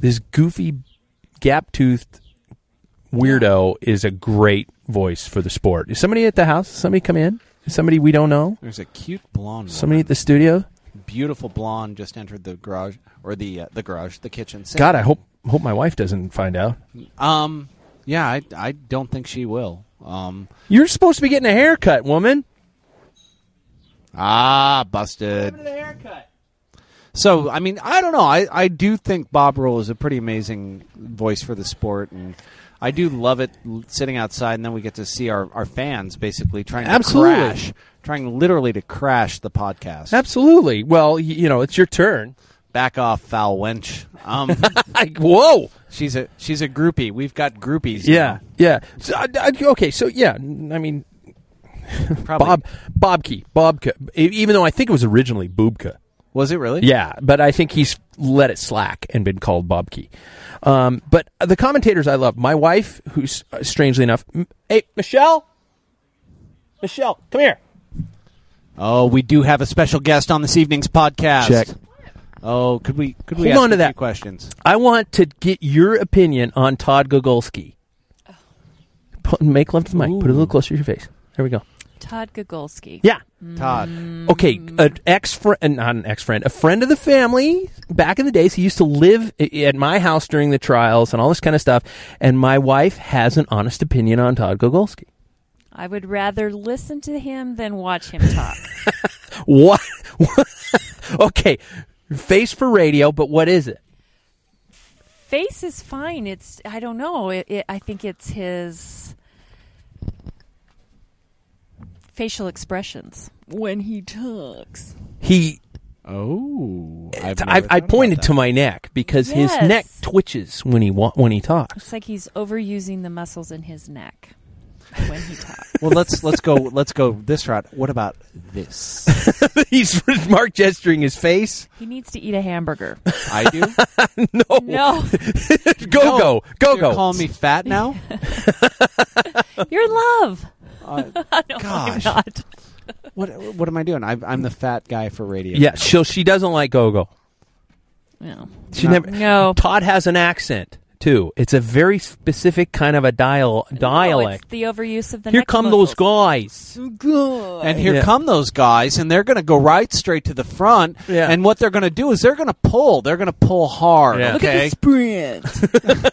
Speaker 5: This goofy gap toothed weirdo is a great voice for the sport. Is somebody at the house? Somebody come in? Is somebody we don't know?
Speaker 6: There's a cute blonde,
Speaker 5: Somebody
Speaker 6: woman,
Speaker 5: at the studio?
Speaker 6: beautiful blonde, just entered the garage or the uh, the garage, the kitchen. Sink.
Speaker 5: God, I hope hope my wife doesn't find out.
Speaker 6: Um, yeah, I I don't think she will. Um.
Speaker 5: You're supposed to be getting a haircut, woman.
Speaker 6: Ah, busted. So, I mean, I don't know. I, I do think Bob Roll is a pretty amazing voice for the sport, and I do love it l- sitting outside, and then we get to see our, our fans basically trying to
Speaker 5: Absolutely.
Speaker 6: crash, trying literally to crash the podcast.
Speaker 5: Absolutely. Well, y- you know, it's your turn.
Speaker 6: Back off, foul wench.
Speaker 5: [LAUGHS]
Speaker 6: Um,
Speaker 5: I, whoa.
Speaker 6: she's a she's a groupie. We've got groupies.
Speaker 5: Yeah. Yeah. So, I- I- okay, so yeah, n- I mean,
Speaker 6: now. Probably-
Speaker 5: Bob Bobke, Bobka. e- Even though I think it was originally Boobka.
Speaker 6: Was it really?
Speaker 5: Yeah, but I think he's let it slack and been called Bobkey. Um, but the commentators I love, my wife, who's uh, strangely enough, m- hey Michelle, Michelle, come here.
Speaker 6: Oh, we do have a special guest on this evening's podcast.
Speaker 5: Check.
Speaker 6: Oh, could we could we
Speaker 5: Hold
Speaker 6: ask
Speaker 5: on to
Speaker 6: a
Speaker 5: that.
Speaker 6: few questions?
Speaker 5: I want to get your opinion on Todd Gogolski. Put, make love to the mic. Put it a little closer to your face. There we go.
Speaker 7: Todd Gogolski.
Speaker 5: Yeah.
Speaker 6: Todd.
Speaker 5: Okay, an ex friend, not an ex friend, a friend of the family. Back in the days, he used to live i- at my house during the trials and all this kind of stuff. And my wife has an honest opinion on Todd Gogolski.
Speaker 7: I would rather listen to him than watch him talk.
Speaker 5: What? [LAUGHS] okay, face for radio, but what is it?
Speaker 7: Face is fine. It's I don't know. It, it, I think it's his facial expressions when he talks.
Speaker 5: He,
Speaker 6: Oh, I've
Speaker 5: I, I pointed to my neck because
Speaker 7: Yes.
Speaker 5: his neck twitches when he wa- when he talks. [LAUGHS]
Speaker 7: It's like he's overusing the muscles in his neck when he talks.
Speaker 6: [LAUGHS] Well, let's let's go let's go this route. What about this?
Speaker 5: He's Mark gesturing his face.
Speaker 7: he needs to eat a hamburger. [LAUGHS]
Speaker 6: I [LAUGHS] do.
Speaker 5: No,
Speaker 7: No,
Speaker 5: go go go
Speaker 6: You're
Speaker 5: go.
Speaker 6: calling me
Speaker 7: [LAUGHS]
Speaker 6: fat now?
Speaker 7: you're in love. no,
Speaker 6: Uh, Gosh.
Speaker 7: I'm not.
Speaker 6: What what am I doing? I, I'm the fat guy for radio.
Speaker 5: Yeah, she she doesn't like go go.
Speaker 7: No.
Speaker 5: She
Speaker 6: No.
Speaker 5: never.
Speaker 7: No.
Speaker 5: Todd has an accent too. It's a very specific kind of a dial
Speaker 7: No, it's
Speaker 5: dialect.
Speaker 7: the overuse of the Mm.
Speaker 5: Here
Speaker 7: neck
Speaker 5: come
Speaker 7: muscles.
Speaker 5: those guys.
Speaker 6: And here
Speaker 5: Yeah.
Speaker 6: come those guys, and they're going to go right straight to the front.
Speaker 5: Yeah.
Speaker 6: And what they're going to do is they're going to pull. They're going to pull hard.
Speaker 5: Yeah. Look
Speaker 6: Okay.
Speaker 7: sprint.
Speaker 6: [LAUGHS]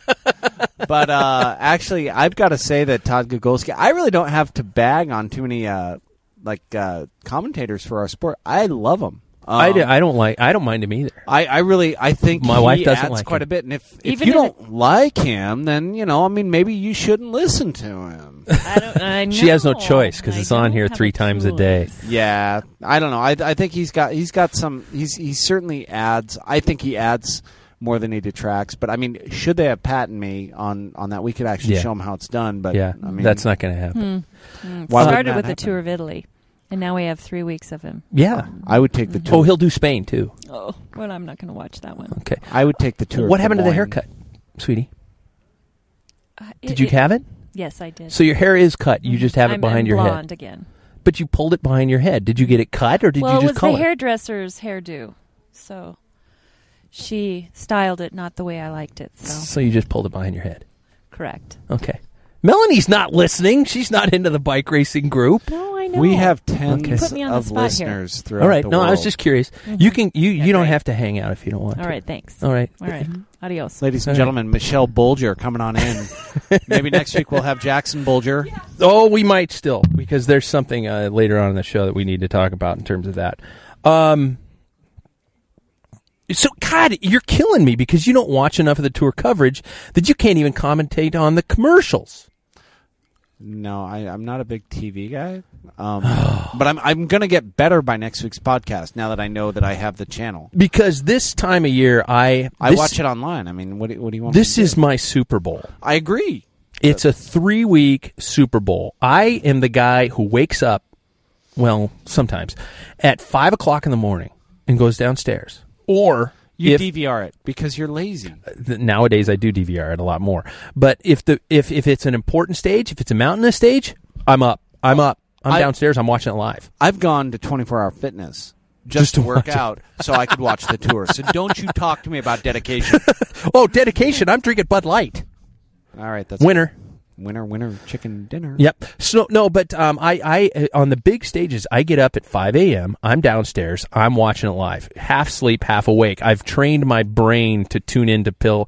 Speaker 6: but uh, actually, I've got to say that Todd Gogolski, I really don't have to bag on too many uh, like uh, commentators for our sport. I love him. Um,
Speaker 5: I, do, I don't like. I don't mind him either.
Speaker 6: I, I really I think
Speaker 5: My
Speaker 6: he
Speaker 5: wife doesn't
Speaker 6: adds
Speaker 5: like
Speaker 6: quite a
Speaker 5: him.
Speaker 6: bit, and if, if
Speaker 7: Even
Speaker 6: you
Speaker 7: if
Speaker 6: don't like him, then you know I mean maybe you shouldn't listen to him.
Speaker 7: I don't, I
Speaker 5: She has no
Speaker 7: know.
Speaker 5: choice 'cause
Speaker 7: I
Speaker 5: it's on
Speaker 7: don't
Speaker 5: here
Speaker 7: have
Speaker 5: three times a day.
Speaker 7: choice.
Speaker 6: yeah, I don't know. I, I think he's got he's got some he's he certainly adds. I think he adds more than he detracts. But I mean, should they have patent me on on that? We could actually
Speaker 5: Yeah.
Speaker 6: show him how it's done. But
Speaker 5: Yeah,
Speaker 6: I mean,
Speaker 5: that's not going to happen.
Speaker 7: Hmm.
Speaker 6: why would
Speaker 7: Mm, Started
Speaker 6: that
Speaker 7: with a
Speaker 6: happen?
Speaker 7: tour of Italy, and now we have three weeks of him.
Speaker 5: Yeah.
Speaker 6: I would take the tour.
Speaker 5: Oh, he'll do Spain too.
Speaker 7: Oh, well, I'm not going to watch that one.
Speaker 5: Okay.
Speaker 6: I would take the tour.
Speaker 5: What
Speaker 6: of
Speaker 5: happened to
Speaker 6: Des
Speaker 5: the
Speaker 6: Moines.
Speaker 5: haircut, sweetie?
Speaker 7: Uh, it-
Speaker 5: Did you
Speaker 7: it-
Speaker 5: have it?
Speaker 7: Yes, I did.
Speaker 5: So your hair is cut. You just have
Speaker 7: I'm,
Speaker 5: it behind
Speaker 7: I'm
Speaker 5: your
Speaker 7: blonde
Speaker 5: head,
Speaker 7: again.
Speaker 5: but you pulled it behind your head. Did you get it cut or did
Speaker 7: well,
Speaker 5: you
Speaker 7: it
Speaker 5: just
Speaker 7: was
Speaker 5: color?
Speaker 7: the hairdresser's hairdo, so she styled it not the way I liked it. So
Speaker 5: So you just pulled it behind your head.
Speaker 7: correct.
Speaker 5: Okay. Melanie's not listening. She's not into the bike racing group.
Speaker 7: No, I know.
Speaker 6: We have tens
Speaker 5: Okay.
Speaker 7: Put me on the
Speaker 6: of
Speaker 7: spot here. Mm-hmm.
Speaker 6: listeners throughout.
Speaker 5: All right.
Speaker 6: the
Speaker 5: No, I was
Speaker 6: world.
Speaker 5: just curious. You can you you don't
Speaker 7: great.
Speaker 5: have to hang out if you don't want.
Speaker 7: All
Speaker 5: to.
Speaker 7: right, thanks.
Speaker 5: All right.
Speaker 7: All right. Adios.
Speaker 6: Ladies
Speaker 5: All
Speaker 6: and
Speaker 5: right.
Speaker 6: gentlemen, Michelle Bolger coming on in. Maybe next week we'll have Jackson Bolger.
Speaker 5: [LAUGHS] Oh, we might still because there's something uh, later on in the show that we need to talk about in terms of that. Um. So God, you're killing me because you don't watch enough of the tour coverage that you can't even commentate on the commercials.
Speaker 6: No, I, I'm not a big TV
Speaker 5: [SIGHS]
Speaker 6: guy, um, but I'm I'm gonna get better by next week's podcast. Now that I know that I have the channel,
Speaker 5: Because this time of year, I
Speaker 6: I
Speaker 5: this-
Speaker 6: watch it online. I mean, what do, what do you want?
Speaker 5: This
Speaker 6: me to
Speaker 5: is
Speaker 6: do?
Speaker 5: my Super Bowl.
Speaker 6: I agree.
Speaker 5: It's a three week Super Bowl. I am the guy who wakes up, well, sometimes, at five o'clock in the morning and goes downstairs. Or
Speaker 6: You
Speaker 5: if Uh,
Speaker 6: DVR it because you're lazy.
Speaker 5: th- nowadays I do DVR it a lot more. But if the if, if it's an important stage, if it's a mountainous stage, I'm up. I'm up. I'm
Speaker 6: Oh, I-
Speaker 5: downstairs. I'm watching it live.
Speaker 6: I've gone to 24 Hour Fitness just,
Speaker 5: Just
Speaker 6: to
Speaker 5: to
Speaker 6: work
Speaker 5: watch it.
Speaker 6: out so I could watch the tour. So don't you talk to me about
Speaker 5: [LAUGHS]
Speaker 6: dedication.
Speaker 5: Oh, dedication! I'm drinking Bud Light.
Speaker 6: All right, that's
Speaker 5: Winner.
Speaker 6: winner, winner, chicken dinner.
Speaker 5: Yep. So no, but um, I, I on the big stages, I get up at five a.m. I'm downstairs. I'm watching it live, half sleep, half awake. I've trained my brain to tune into pill,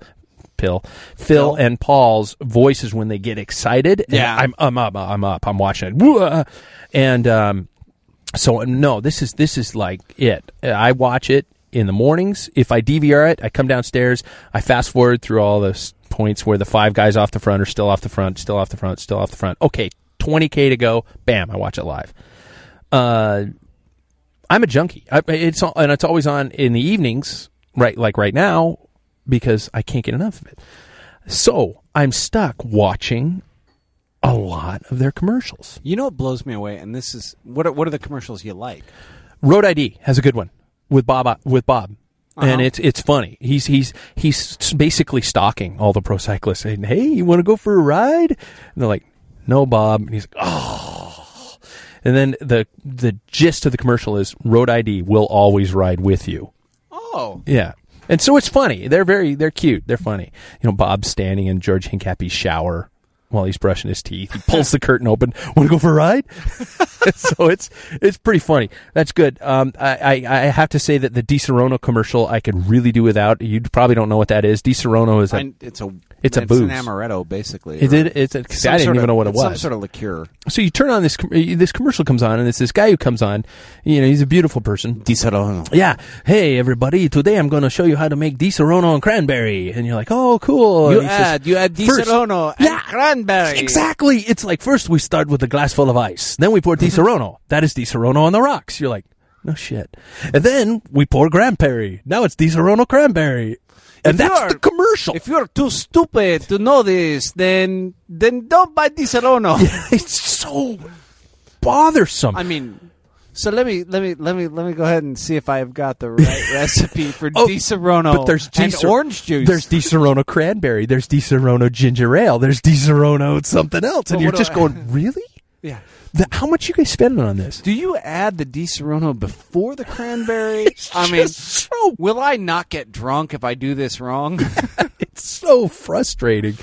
Speaker 5: pill, Phil
Speaker 6: Phil?
Speaker 5: and Paul's voices when they get excited. And
Speaker 6: Yeah.
Speaker 5: I'm, I'm up. I'm up. I'm watching it. Whoa. And um, so no, this is this is like it. I watch it in the mornings. If I DVR it, I come downstairs. I fast forward through all those points where the five guys off the front are still off the front, still off the front, still off the front. Okay, twenty k to go. Bam! I watch it live. Uh, I'm a junkie. I, it's all, and it's always on in the evenings, right? Like right now, because I can't get enough of it. So I'm stuck watching a lot of their commercials.
Speaker 6: You know what blows me away, and this is what are, what are the commercials you like?
Speaker 5: Road ID has a good one. with Bob uh, with Bob.
Speaker 6: Uh-huh.
Speaker 5: And it's it's funny. He's he's he's basically stalking all the pro cyclists, saying, "Hey, you want to go for a ride?" And they're like, "No, Bob." And he's like, "Oh." And then the the gist of the commercial is, "Road ID will always ride with you."
Speaker 6: Oh,
Speaker 5: Yeah. And so it's funny. They're very they're cute. They're funny. You know, Bob's standing in George Hincapie's shower while he's brushing his teeth. He pulls the curtain open. Want to go for a ride? [LAUGHS] so it's it's pretty funny. That's good. Um, I, I I have to say that the Di Serono commercial I could really do without. You probably don't know what that is. Di Serono is a
Speaker 6: I- it's a
Speaker 5: It's a
Speaker 6: an
Speaker 5: booze.
Speaker 6: amaretto basically.
Speaker 5: It
Speaker 6: or
Speaker 5: did- it's a- 'cause
Speaker 6: some
Speaker 5: I didn't
Speaker 6: sort
Speaker 5: even
Speaker 6: of-
Speaker 5: know what it
Speaker 6: it's Some
Speaker 5: was.
Speaker 6: sort of liqueur.
Speaker 5: so you turn on this com- this commercial comes on and it's this guy who comes on. You know, he's a beautiful person. Yeah. Hey everybody, today I'm going to show you how to make Di Serono and cranberry. And you're like, "Oh, cool."
Speaker 6: You
Speaker 5: And he says,
Speaker 6: add, you add Di
Speaker 5: first-
Speaker 6: Serono and
Speaker 5: Yeah.
Speaker 6: cranberry.
Speaker 5: Exactly. It's like first we start with a glass full of ice. Then we
Speaker 6: [LAUGHS]
Speaker 5: pour Di Serono. That is Di Serono on the rocks. You're like, no shit. And then we pour cranberry. Now it's Di Serono cranberry. And
Speaker 6: If
Speaker 5: that's
Speaker 6: you're-
Speaker 5: the commercial.
Speaker 6: If you're too stupid to know this, then then don't buy Di
Speaker 5: [LAUGHS]
Speaker 6: Serono.
Speaker 5: [LAUGHS] it's so bothersome.
Speaker 6: I mean, so let me let me let me let me go ahead and see if I've got the
Speaker 5: [LAUGHS]
Speaker 6: right recipe for
Speaker 5: Oh,
Speaker 6: Di Serono
Speaker 5: but there's Di
Speaker 6: and
Speaker 5: Ser-
Speaker 6: orange juice.
Speaker 5: There's Di Serono cranberry. There's Di Serono ginger ale. There's Di Serono something else. And
Speaker 6: Well,
Speaker 5: you're
Speaker 6: what do
Speaker 5: just
Speaker 6: I-
Speaker 5: going, really?
Speaker 6: yeah.
Speaker 5: The- how much you guys spending on this? [LAUGHS]
Speaker 6: Do you add the Di Serono before the
Speaker 5: [LAUGHS]
Speaker 6: cranberry? I mean,
Speaker 5: Just so
Speaker 6: will I not get drunk if I do this wrong?
Speaker 5: it's so frustrating.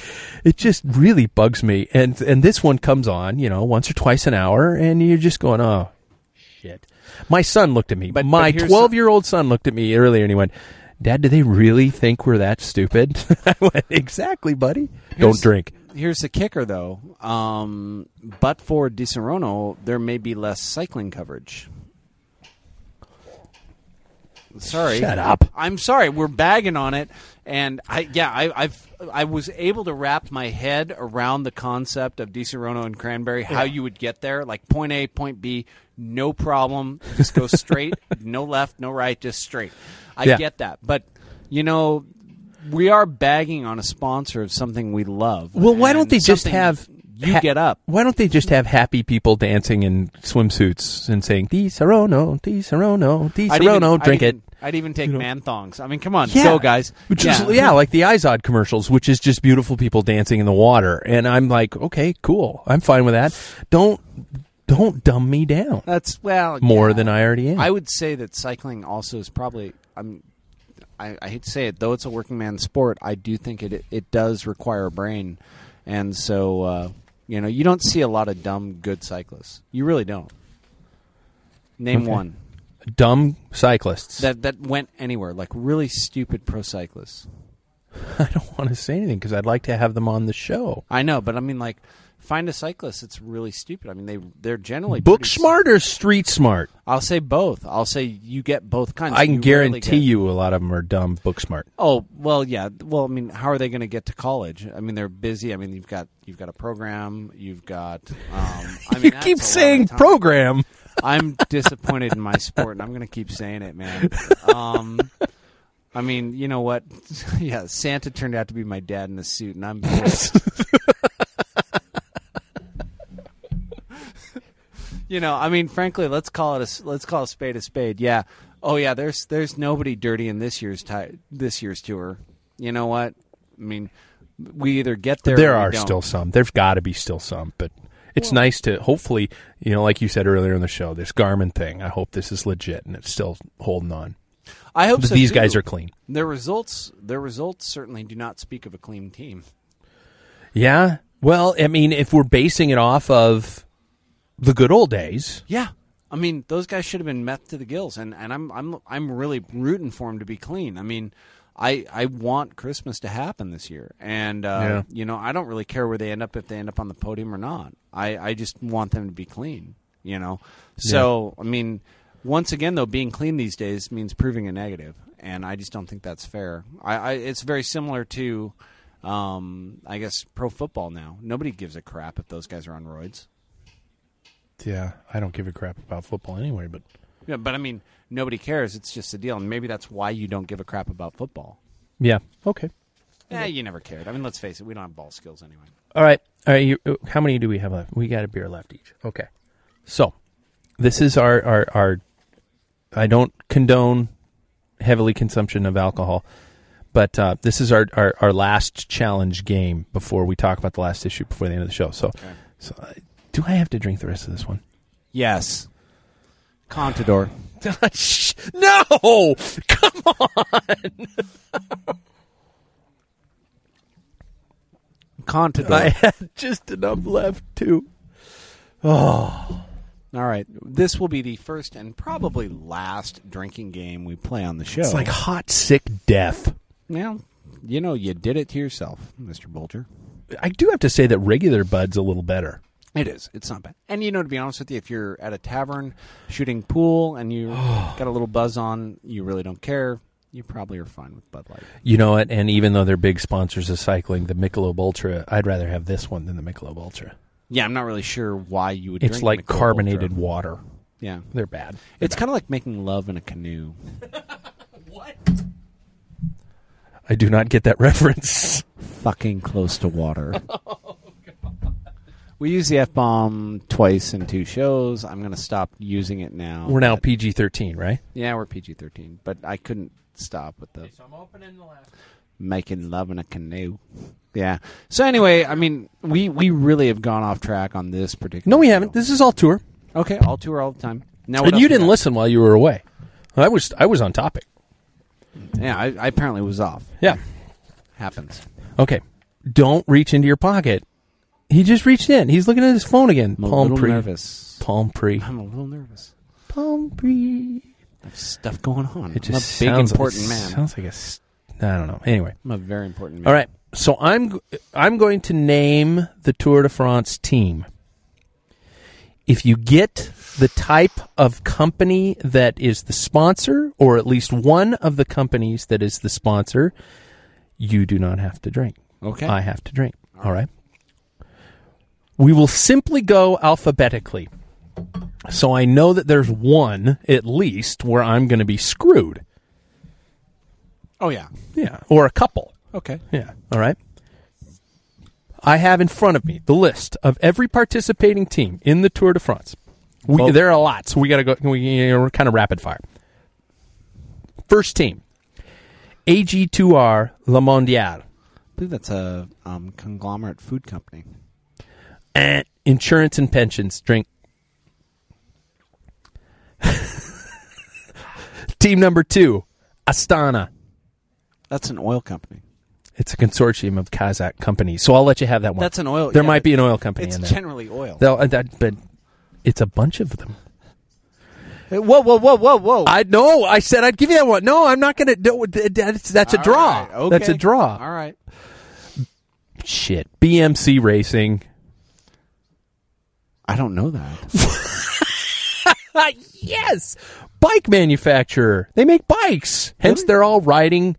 Speaker 5: It just really bugs me. And and this one comes on, you know, once or twice an hour, and you're just going, oh, [LAUGHS] shit. My son looked at me.
Speaker 6: But-
Speaker 5: my
Speaker 6: but here's
Speaker 5: twelve year old son looked at me earlier and he went, "Dad, do they really think we're that stupid?" [LAUGHS] I went, "Exactly, buddy. Don't
Speaker 6: Here's-
Speaker 5: drink."
Speaker 6: Here's the kicker, though. Um, but for Di Serono, there may be less cycling coverage. Sorry.
Speaker 5: Shut up.
Speaker 6: I'm sorry. We're bagging on it, and I yeah I I've, I was able to wrap my head around the concept of Di Serono and cranberry, how you would get there, like point A, point B, no problem. Just go
Speaker 5: [LAUGHS]
Speaker 6: straight, no left, no right, just straight. I
Speaker 5: Yeah.
Speaker 6: get that, but you know. We are bagging on a sponsor of something we love.
Speaker 5: Well, why don't
Speaker 6: and
Speaker 5: they just
Speaker 6: something
Speaker 5: have
Speaker 6: you
Speaker 5: ha-
Speaker 6: get up?
Speaker 5: Why don't they just have happy people dancing in swimsuits and saying "Di Serono, Di Serono, Di
Speaker 6: I'd even-
Speaker 5: Serono"?
Speaker 6: I'd
Speaker 5: Drink it.
Speaker 6: even- I'd even take man thongs. I mean, come on,
Speaker 5: Yeah.
Speaker 6: go guys.
Speaker 5: Which is- yeah, like the Izod commercials, which is just beautiful people dancing in the water, and I'm like, okay, cool, I'm fine with that. Don't don't dumb me down
Speaker 6: that's well
Speaker 5: more
Speaker 6: yeah.
Speaker 5: than I already am.
Speaker 6: I would say that cycling also is probably. I'm. I, I hate to say it, though it's a working man sport. I do think it it does require a brain, and so uh, you know you don't see a lot of dumb good cyclists. You really don't. Name
Speaker 5: Okay.
Speaker 6: one
Speaker 5: dumb cyclists.
Speaker 6: that that went anywhere, like really stupid pro cyclists.
Speaker 5: [LAUGHS] I don't want to say anything because I'd like to have them on the show.
Speaker 6: I know, but I mean, like, find a cyclist that's really stupid. I mean, they they're generally
Speaker 5: Book
Speaker 6: pretty s-
Speaker 5: smart or street smart?
Speaker 6: I'll say both. I'll say you get both kinds.
Speaker 5: I can
Speaker 6: You rarely
Speaker 5: guarantee
Speaker 6: get-
Speaker 5: you a lot of them are dumb book smart.
Speaker 6: Oh well, yeah. Well, I mean, how are they going to get to college? I mean, they're busy. I mean, you've got you've got a program. You've got. Um, I mean,
Speaker 5: you
Speaker 6: that's
Speaker 5: keep
Speaker 6: a lot of
Speaker 5: saying
Speaker 6: time.
Speaker 5: program.
Speaker 6: I'm disappointed in my sport, and I'm going to keep saying it, man. Um, I mean, you know what? [LAUGHS] yeah, Santa turned out to be my dad in a suit, and I'm pissed. you know, I mean, frankly, let's call it a s- let's call a spade a spade. Yeah. Oh yeah, there's there's nobody dirty in this year's ti- this year's tour. You know what? I mean, we either get there.
Speaker 5: There,
Speaker 6: or we
Speaker 5: are
Speaker 6: don't.
Speaker 5: still some. There's got to be still some, but it's nice to hopefully, you know, like you said earlier in the show, this Garmin thing. I hope this is legit and it's still holding on.
Speaker 6: I hope
Speaker 5: But
Speaker 6: so,
Speaker 5: these
Speaker 6: too.
Speaker 5: guys are clean.
Speaker 6: Their results their results certainly do not speak of a clean team.
Speaker 5: Yeah. Well, I mean, if we're basing it off of the good old days,
Speaker 6: Yeah. I mean, those guys should have been meth to the gills, and, and I'm I'm I'm really rooting for them to be clean. I mean, I I want Christmas to happen this year, and uh,
Speaker 5: Yeah.
Speaker 6: you know I don't really care where they end up if they end up on the podium or not. I I just want them to be clean. You know, so I mean, once again though, being clean these days means proving a negative, and I just don't think that's fair. I, I it's very similar to. Um, I guess pro football now. Nobody gives a crap if those guys are on roids.
Speaker 5: yeah, I don't give a crap about football anyway, but
Speaker 6: Yeah, but I mean, nobody cares. It's just a deal, and maybe that's why you don't give a crap about football.
Speaker 5: yeah. Okay.
Speaker 6: Yeah, you never cared. I mean, let's face it, we don't have ball skills anyway.
Speaker 5: All right. All right. You, how many do we have left? We got a beer left each. Okay. So this is our, our, our, I don't condone heavily consumption of alcohol. But uh, this is our, our, our last challenge game before we talk about the last issue before the end of the show. So, so uh, do I have to drink the rest of this one?
Speaker 6: Yes. Contador.
Speaker 5: [LAUGHS] Shh. no! Come on! I
Speaker 6: Contador.
Speaker 5: had just enough left too.
Speaker 6: All right. This will be the first and probably last drinking game we play on the show.
Speaker 5: It's like hot, sick death.
Speaker 6: well, you know, you did it to yourself, Mr. Bulger.
Speaker 5: I do have to say that regular Bud's a little better.
Speaker 6: It is. It's not bad. And you know, to be honest with you, if you're at a tavern shooting pool and [SIGHS] you got a little buzz on, you really don't care. You probably are fine with Bud Light.
Speaker 5: You know what? And even though they're big sponsors of cycling, the Michelob Ultra, I'd rather have this one than the Michelob Ultra.
Speaker 6: Yeah, I'm not really sure why you would.
Speaker 5: It's
Speaker 6: drink
Speaker 5: like
Speaker 6: Michelob
Speaker 5: carbonated
Speaker 6: Ultra.
Speaker 5: water.
Speaker 6: Yeah,
Speaker 5: They're bad.
Speaker 6: it's kind of like making love in a canoe.
Speaker 5: I do not get that [LAUGHS] reference.
Speaker 6: Fucking close to
Speaker 5: [LAUGHS]
Speaker 6: water. Oh, We use the f bomb twice in two shows. I'm going to stop using it now.
Speaker 5: We're now PG thirteen, right?
Speaker 6: yeah, we're PG-13, but I couldn't stop with the
Speaker 5: I'm opening the last.
Speaker 6: making love in a canoe. Yeah. So anyway, I mean, we we really have gone off track on this particular.
Speaker 5: No, we haven't.
Speaker 6: show.
Speaker 5: This is all tour,
Speaker 6: okay. All tour all the time. Now what
Speaker 5: and
Speaker 6: else
Speaker 5: you
Speaker 6: we
Speaker 5: didn't
Speaker 6: got?
Speaker 5: listen while you were away. I was I was on topic.
Speaker 6: Yeah, I, I apparently was off.
Speaker 5: Yeah.
Speaker 6: Happens.
Speaker 5: Okay. Don't reach into your pocket. He just reached in. He's looking at his phone again.
Speaker 6: I'm a
Speaker 5: Palm
Speaker 6: little
Speaker 5: pre.
Speaker 6: nervous.
Speaker 5: Palm pre.
Speaker 6: I'm a little nervous.
Speaker 5: Palm pre.
Speaker 6: There's stuff going on.
Speaker 5: It just
Speaker 6: I'm a big
Speaker 5: sounds
Speaker 6: important
Speaker 5: like,
Speaker 6: man.
Speaker 5: Sounds like a. s- I don't know. Anyway,
Speaker 6: I'm a very important man.
Speaker 5: all right. So I'm g- I'm going to name the Tour de France team. If you get the type of company that is the sponsor, or at least one of the companies that is the sponsor, you do not have to drink.
Speaker 6: Okay.
Speaker 5: I have to drink. All right. We will simply go alphabetically. So I know that there's one at least where I'm going to be screwed.
Speaker 6: Oh yeah.
Speaker 5: Yeah. Or a couple.
Speaker 6: Okay.
Speaker 5: Yeah. All right. I have in front of me the list of every participating team in the Tour de France. We,
Speaker 6: Well-
Speaker 5: there are a lot, so we got to go. We, you know, we're kind of rapid fire. First team, AG2R Le Mondial,
Speaker 6: I believe that's a um, conglomerate food company.
Speaker 5: Eh, insurance and pensions. Drink. [LAUGHS] team number two, Astana.
Speaker 6: That's an oil company.
Speaker 5: It's a consortium of Kazakh companies, so I'll let you have that one.
Speaker 6: That's an oil.
Speaker 5: There
Speaker 6: yeah,
Speaker 5: might be an oil company
Speaker 6: It's
Speaker 5: in there.
Speaker 6: generally oil.
Speaker 5: Though, uh, that, but it's a bunch of them.
Speaker 6: Hey, whoa, whoa, whoa, whoa,
Speaker 5: [LAUGHS]
Speaker 6: whoa!
Speaker 5: I no, I said I'd give you that one. No, I'm not gonna. No, th- that's that's a
Speaker 6: All
Speaker 5: draw.
Speaker 6: right, okay.
Speaker 5: That's a draw.
Speaker 6: All right.
Speaker 5: Shit, BMC Racing.
Speaker 6: I don't know
Speaker 5: [LAUGHS]
Speaker 6: that.
Speaker 5: Ah, [LAUGHS] yes, bike manufacturer. They make bikes. Hence,
Speaker 6: Really?
Speaker 5: they're all riding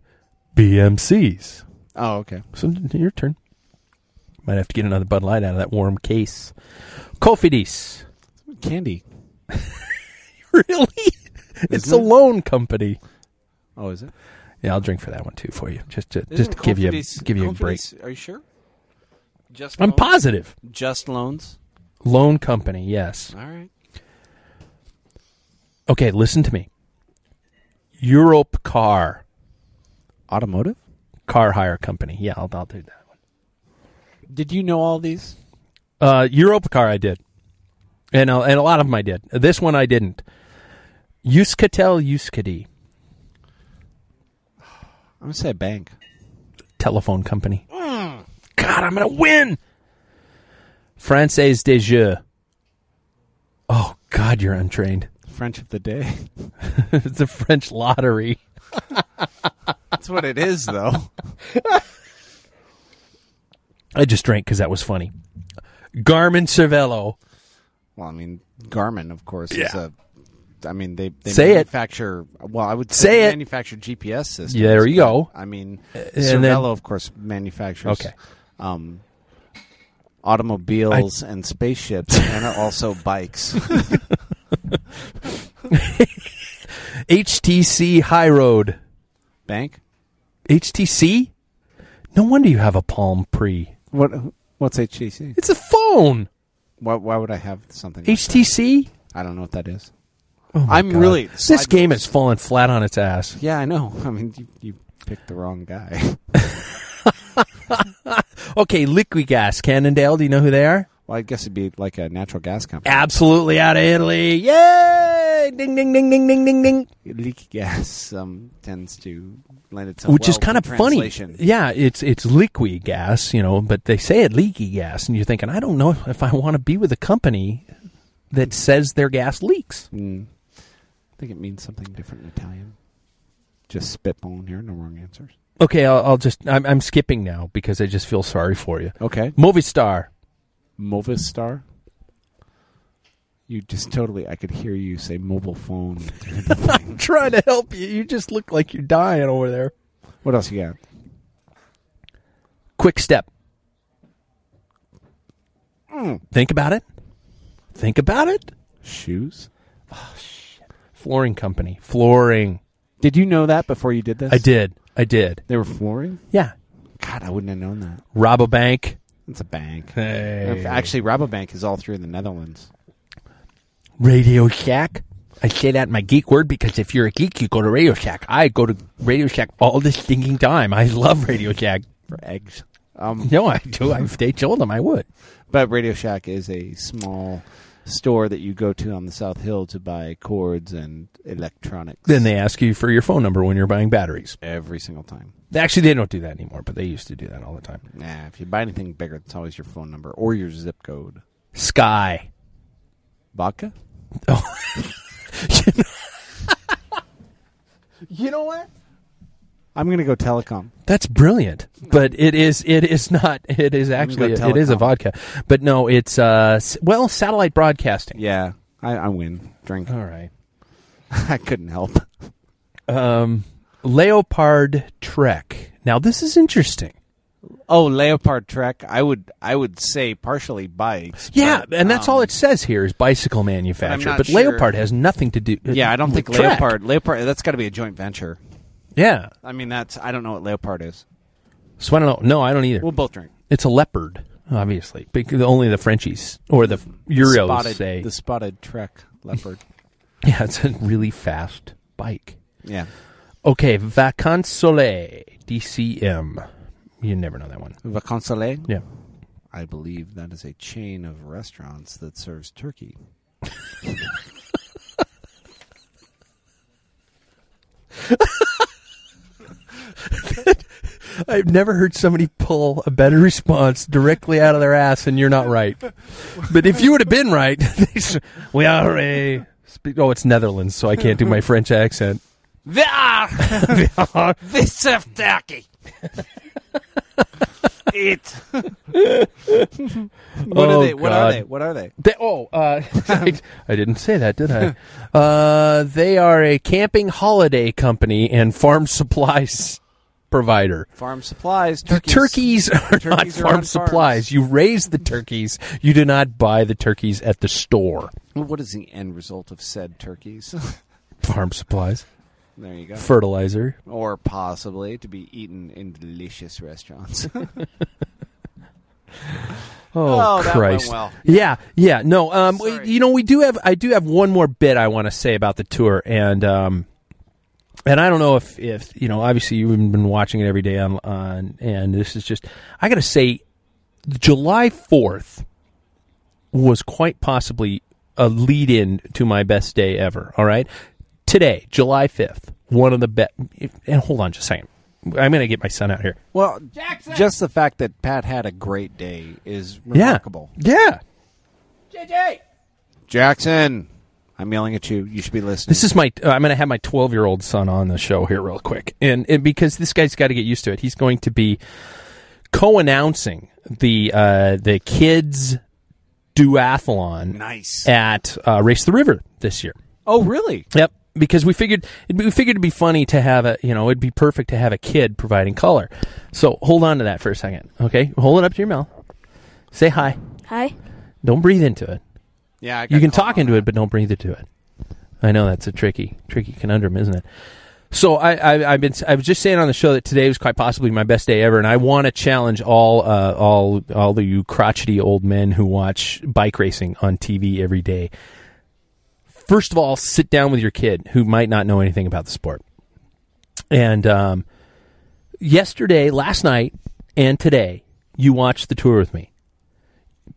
Speaker 5: BMCs.
Speaker 6: oh, okay.
Speaker 5: So your turn. Might have to get another Bud Light out of that warm case. Cofidis.
Speaker 6: Candy.
Speaker 5: [LAUGHS] Really? it's a
Speaker 6: it?
Speaker 5: loan company.
Speaker 6: Oh, is it?
Speaker 5: Mm-hmm. Yeah, I'll drink for that one too for you. Just to just
Speaker 6: Isn't
Speaker 5: to give you
Speaker 6: Confidis-
Speaker 5: give you a break.
Speaker 6: Confidis- Are you sure? Just
Speaker 5: I'm
Speaker 6: loans?
Speaker 5: positive.
Speaker 6: Just loans.
Speaker 5: Loan company, yes.
Speaker 6: All right.
Speaker 5: Okay, listen to me. Europe Car,
Speaker 6: Automotive.
Speaker 5: car hire company. Yeah, I'll, I'll do that one.
Speaker 6: Did you know all these?
Speaker 5: Uh, Europe Car, I did, and uh, and a lot of them I did. This one I didn't. Euskatel, Euskadi,
Speaker 6: I'm gonna say bank.
Speaker 5: telephone company. Mm. God, I'm gonna win. Française des Jeux. Oh God, you're untrained. [LAUGHS]
Speaker 6: French of the day.
Speaker 5: it's a French lottery.
Speaker 6: [LAUGHS] That's what it is, though.
Speaker 5: I just drank because that was funny. Garmin Cervelo.
Speaker 6: well, I mean, Garmin, of course, is
Speaker 5: Yeah.
Speaker 6: a. I mean, they, they
Speaker 5: Say it.
Speaker 6: manufacture. Well, I would say,
Speaker 5: Say
Speaker 6: they
Speaker 5: it.
Speaker 6: manufacture GPS systems.
Speaker 5: Yeah, there you
Speaker 6: but,
Speaker 5: go.
Speaker 6: I mean, Cervelo,
Speaker 5: and then-
Speaker 6: of course, manufactures.
Speaker 5: Okay.
Speaker 6: Um, automobiles and spaceships, and
Speaker 5: [LAUGHS]
Speaker 6: also bikes.
Speaker 5: HTC High Road.
Speaker 6: bank.
Speaker 5: HTC? No wonder you have a Palm Pre.
Speaker 6: What? What's HTC?
Speaker 5: It's a phone.
Speaker 6: Why, why would I have something? like that?
Speaker 5: HTC?
Speaker 6: I don't know what that is.
Speaker 5: Oh my
Speaker 6: I'm
Speaker 5: God.
Speaker 6: really
Speaker 5: This game has fallen flat on its ass.
Speaker 6: Yeah, I know. [LAUGHS] I mean, you, you picked the wrong guy. [LAUGHS]
Speaker 5: Okay, Liqui Gas, Cannondale. Do you know who they are?
Speaker 6: Well, I guess it'd be like a natural gas company.
Speaker 5: Absolutely out of Italy. Yay! Ding, ding, ding, ding, ding, ding, ding.
Speaker 6: Leaky gas um, tends to lend itself,
Speaker 5: Which
Speaker 6: well
Speaker 5: is kind
Speaker 6: to
Speaker 5: of funny.
Speaker 6: translation.
Speaker 5: Yeah, it's it's liqui gas, you know, but they say it leaky gas, and you're thinking, I don't know if I want to be with a company that says their gas leaks.
Speaker 6: Mm. I think it means something different in Italian. Just spitballing here, no wrong answers.
Speaker 5: Okay, I'll, I'll just I'm, I'm skipping now because I just feel sorry for you.
Speaker 6: Okay,
Speaker 5: Movie star.
Speaker 6: Movistar. You just totally, I could hear you say mobile
Speaker 5: [LAUGHS]
Speaker 6: phone. through the thing.
Speaker 5: Trying to help you. You just look like you're dying over there.
Speaker 6: what else you got?
Speaker 5: Quick step. Think about it. Think about it.
Speaker 6: Shoes.
Speaker 5: Flooring company. Flooring.
Speaker 6: Did you know that before you did this?
Speaker 5: I did. I did.
Speaker 6: They were flooring.
Speaker 5: Yeah.
Speaker 6: God, I wouldn't have known that.
Speaker 5: Robobank.
Speaker 6: It's a bank.
Speaker 5: Hey.
Speaker 6: Actually, Rabobank is all through the Netherlands.
Speaker 5: Radio Shack. I say that in my geek word because if you're a geek, you go to Radio Shack. I go to Radio Shack all the stinking time. I love Radio Shack.
Speaker 6: for eggs. Um,
Speaker 5: No, I do. I, they told them I would.
Speaker 6: but Radio Shack is a small store that you go to on the South Hill to buy cords and electronics.
Speaker 5: Then they ask you for your phone number when you're buying batteries.
Speaker 6: every single time.
Speaker 5: Actually, they don't do that anymore, but they used to do that all the time.
Speaker 6: Nah, if you buy anything bigger, it's always your phone number or your zip code.
Speaker 5: [LAUGHS] Sky.
Speaker 6: Vodka. you know what? I'm gonna go telecom.
Speaker 5: That's brilliant, but it is it is not. It is actually
Speaker 6: go
Speaker 5: it is a
Speaker 6: telecom.
Speaker 5: vodka, but no, it's uh s- well satellite broadcasting.
Speaker 6: Yeah, I, I win. Drink. [LAUGHS]
Speaker 5: All right,
Speaker 6: I couldn't help.
Speaker 5: um, Leopard Trek. Now this is interesting.
Speaker 6: Oh, Leopard Trek. I would. I would say partially bikes.
Speaker 5: Yeah,
Speaker 6: but,
Speaker 5: Uh, and that's
Speaker 6: um,
Speaker 5: all it says here is bicycle
Speaker 6: I'm
Speaker 5: manufacturer,
Speaker 6: not
Speaker 5: but
Speaker 6: sure.
Speaker 5: Leopard has nothing to do.
Speaker 6: Yeah, I don't
Speaker 5: with
Speaker 6: think
Speaker 5: Trek.
Speaker 6: Leopard. Leopard. That's got to be a joint venture.
Speaker 5: Yeah,
Speaker 6: I mean, that's I don't know what leopard is.
Speaker 5: so I don't know. No, I don't either.
Speaker 6: We'll both drink.
Speaker 5: it's a leopard, obviously, because only the Frenchies or the Euros
Speaker 6: spotted,
Speaker 5: say.
Speaker 6: the spotted trek leopard.
Speaker 5: [LAUGHS] Yeah, it's a really fast bike.
Speaker 6: yeah,
Speaker 5: Okay, Vacances Soleil, DCM. You never know that one.
Speaker 6: vacances. Soleil.
Speaker 5: Yeah.
Speaker 6: I believe that is a chain of restaurants that serves turkey.
Speaker 5: I've never heard somebody pull a better response directly out of their ass, and you're not right. But if you would have been right, [LAUGHS] they s- we are a. Spe- oh, it's Netherlands, so I can't do my French accent.
Speaker 6: They
Speaker 5: [LAUGHS]
Speaker 6: are. [LAUGHS] they serve turkey. Eat. [LAUGHS] what
Speaker 5: Oh,
Speaker 6: are they? What are
Speaker 5: God.
Speaker 6: they? What are they?
Speaker 5: They, oh, uh, [LAUGHS] I, I didn't say that, did I? Uh, they are a camping holiday company and farm supplies provider.
Speaker 6: Farm supplies.
Speaker 5: The
Speaker 6: Turkeys.
Speaker 5: turkeys are not
Speaker 6: Turkeys are
Speaker 5: farm
Speaker 6: on farms.
Speaker 5: supplies. You raise the turkeys. You do not buy the turkeys at the store.
Speaker 6: Well, What is the end result of said turkeys? [LAUGHS]
Speaker 5: Farm supplies,
Speaker 6: there you go.
Speaker 5: fertilizer.
Speaker 6: or possibly to be eaten in delicious restaurants.
Speaker 5: Oh,
Speaker 6: Oh, that went
Speaker 5: Christ!
Speaker 6: well.
Speaker 5: Yeah, yeah. No, um, we-
Speaker 6: Sorry.
Speaker 5: you know, we do have. I do have one more bit I want to say about the tour, and um, and I don't know if if you know. Obviously, you've been watching it every day on on, and this is just. I got to say, July fourth was quite possibly a lead in to my best day ever. All right, today, July fifth, one of the best. And hold on, just a second. I'm going to get my son out here.
Speaker 6: well, just the fact that Pat had a great day is remarkable.
Speaker 5: Yeah, yeah.
Speaker 6: Jackson, I'm yelling at you. You should be listening.
Speaker 5: This is my. Uh, I'm going to have my 12 year old son on the show here real quick, and, and because this guy's got to get used to it. He's going to be co-announcing the uh, the kids duathlon
Speaker 6: nice.
Speaker 5: at uh, Race the River this year.
Speaker 6: Oh, really?
Speaker 5: Yep. Because we figured it'd be, we figured it'd be funny to have a you know it'd be perfect to have a kid providing color. So hold on to that for a second, okay? Hold it up to your mouth. Say hi.
Speaker 8: Hi.
Speaker 5: Don't breathe into it.
Speaker 6: Yeah, I got
Speaker 5: You can
Speaker 6: caught
Speaker 5: talk
Speaker 6: on
Speaker 5: into
Speaker 6: that.
Speaker 5: it, but don't breathe into it. I know that's a tricky, tricky conundrum, isn't it? So I, I, I've been, I was just saying on the show that today was quite possibly my best day ever, and I want to challenge all, uh, all, all of you crotchety old men who watch bike racing on TV every day. first of all, sit down with your kid who might not know anything about the sport. And um, yesterday, last night, and today, you watched the tour with me.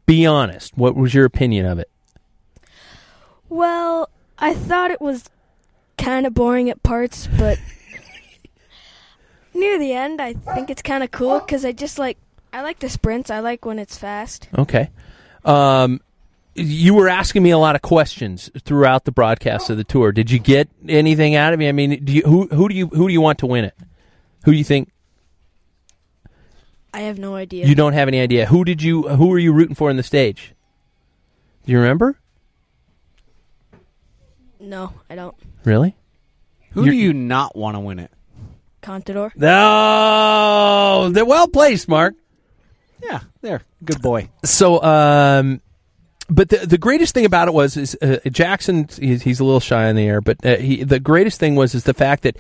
Speaker 5: Be honest. What was your opinion of it?
Speaker 8: Well, I thought it was kind of boring at parts, but near the end, I think it's kind of cool because I just like I like the sprints. I like when it's fast.
Speaker 5: Okay. Um, you were asking me a lot of questions throughout the broadcast of the tour. Did you get anything out of me? I mean, do you, who who do you who do you want to win it? Who do you think?
Speaker 8: I have no idea.
Speaker 5: You don't have any idea. Who did you? Who were you rooting for on the stage? Do you remember?
Speaker 8: No, I don't.
Speaker 5: Really?
Speaker 6: Who
Speaker 5: You're-
Speaker 6: do you not want to win it?
Speaker 8: Contador.
Speaker 5: No, they're well placed, Mark.
Speaker 6: Yeah, there, good boy.
Speaker 5: So, um, but the the greatest thing about it was is uh, Jackson. He's, he's a little shy in the air, but uh, he, the greatest thing was is the fact that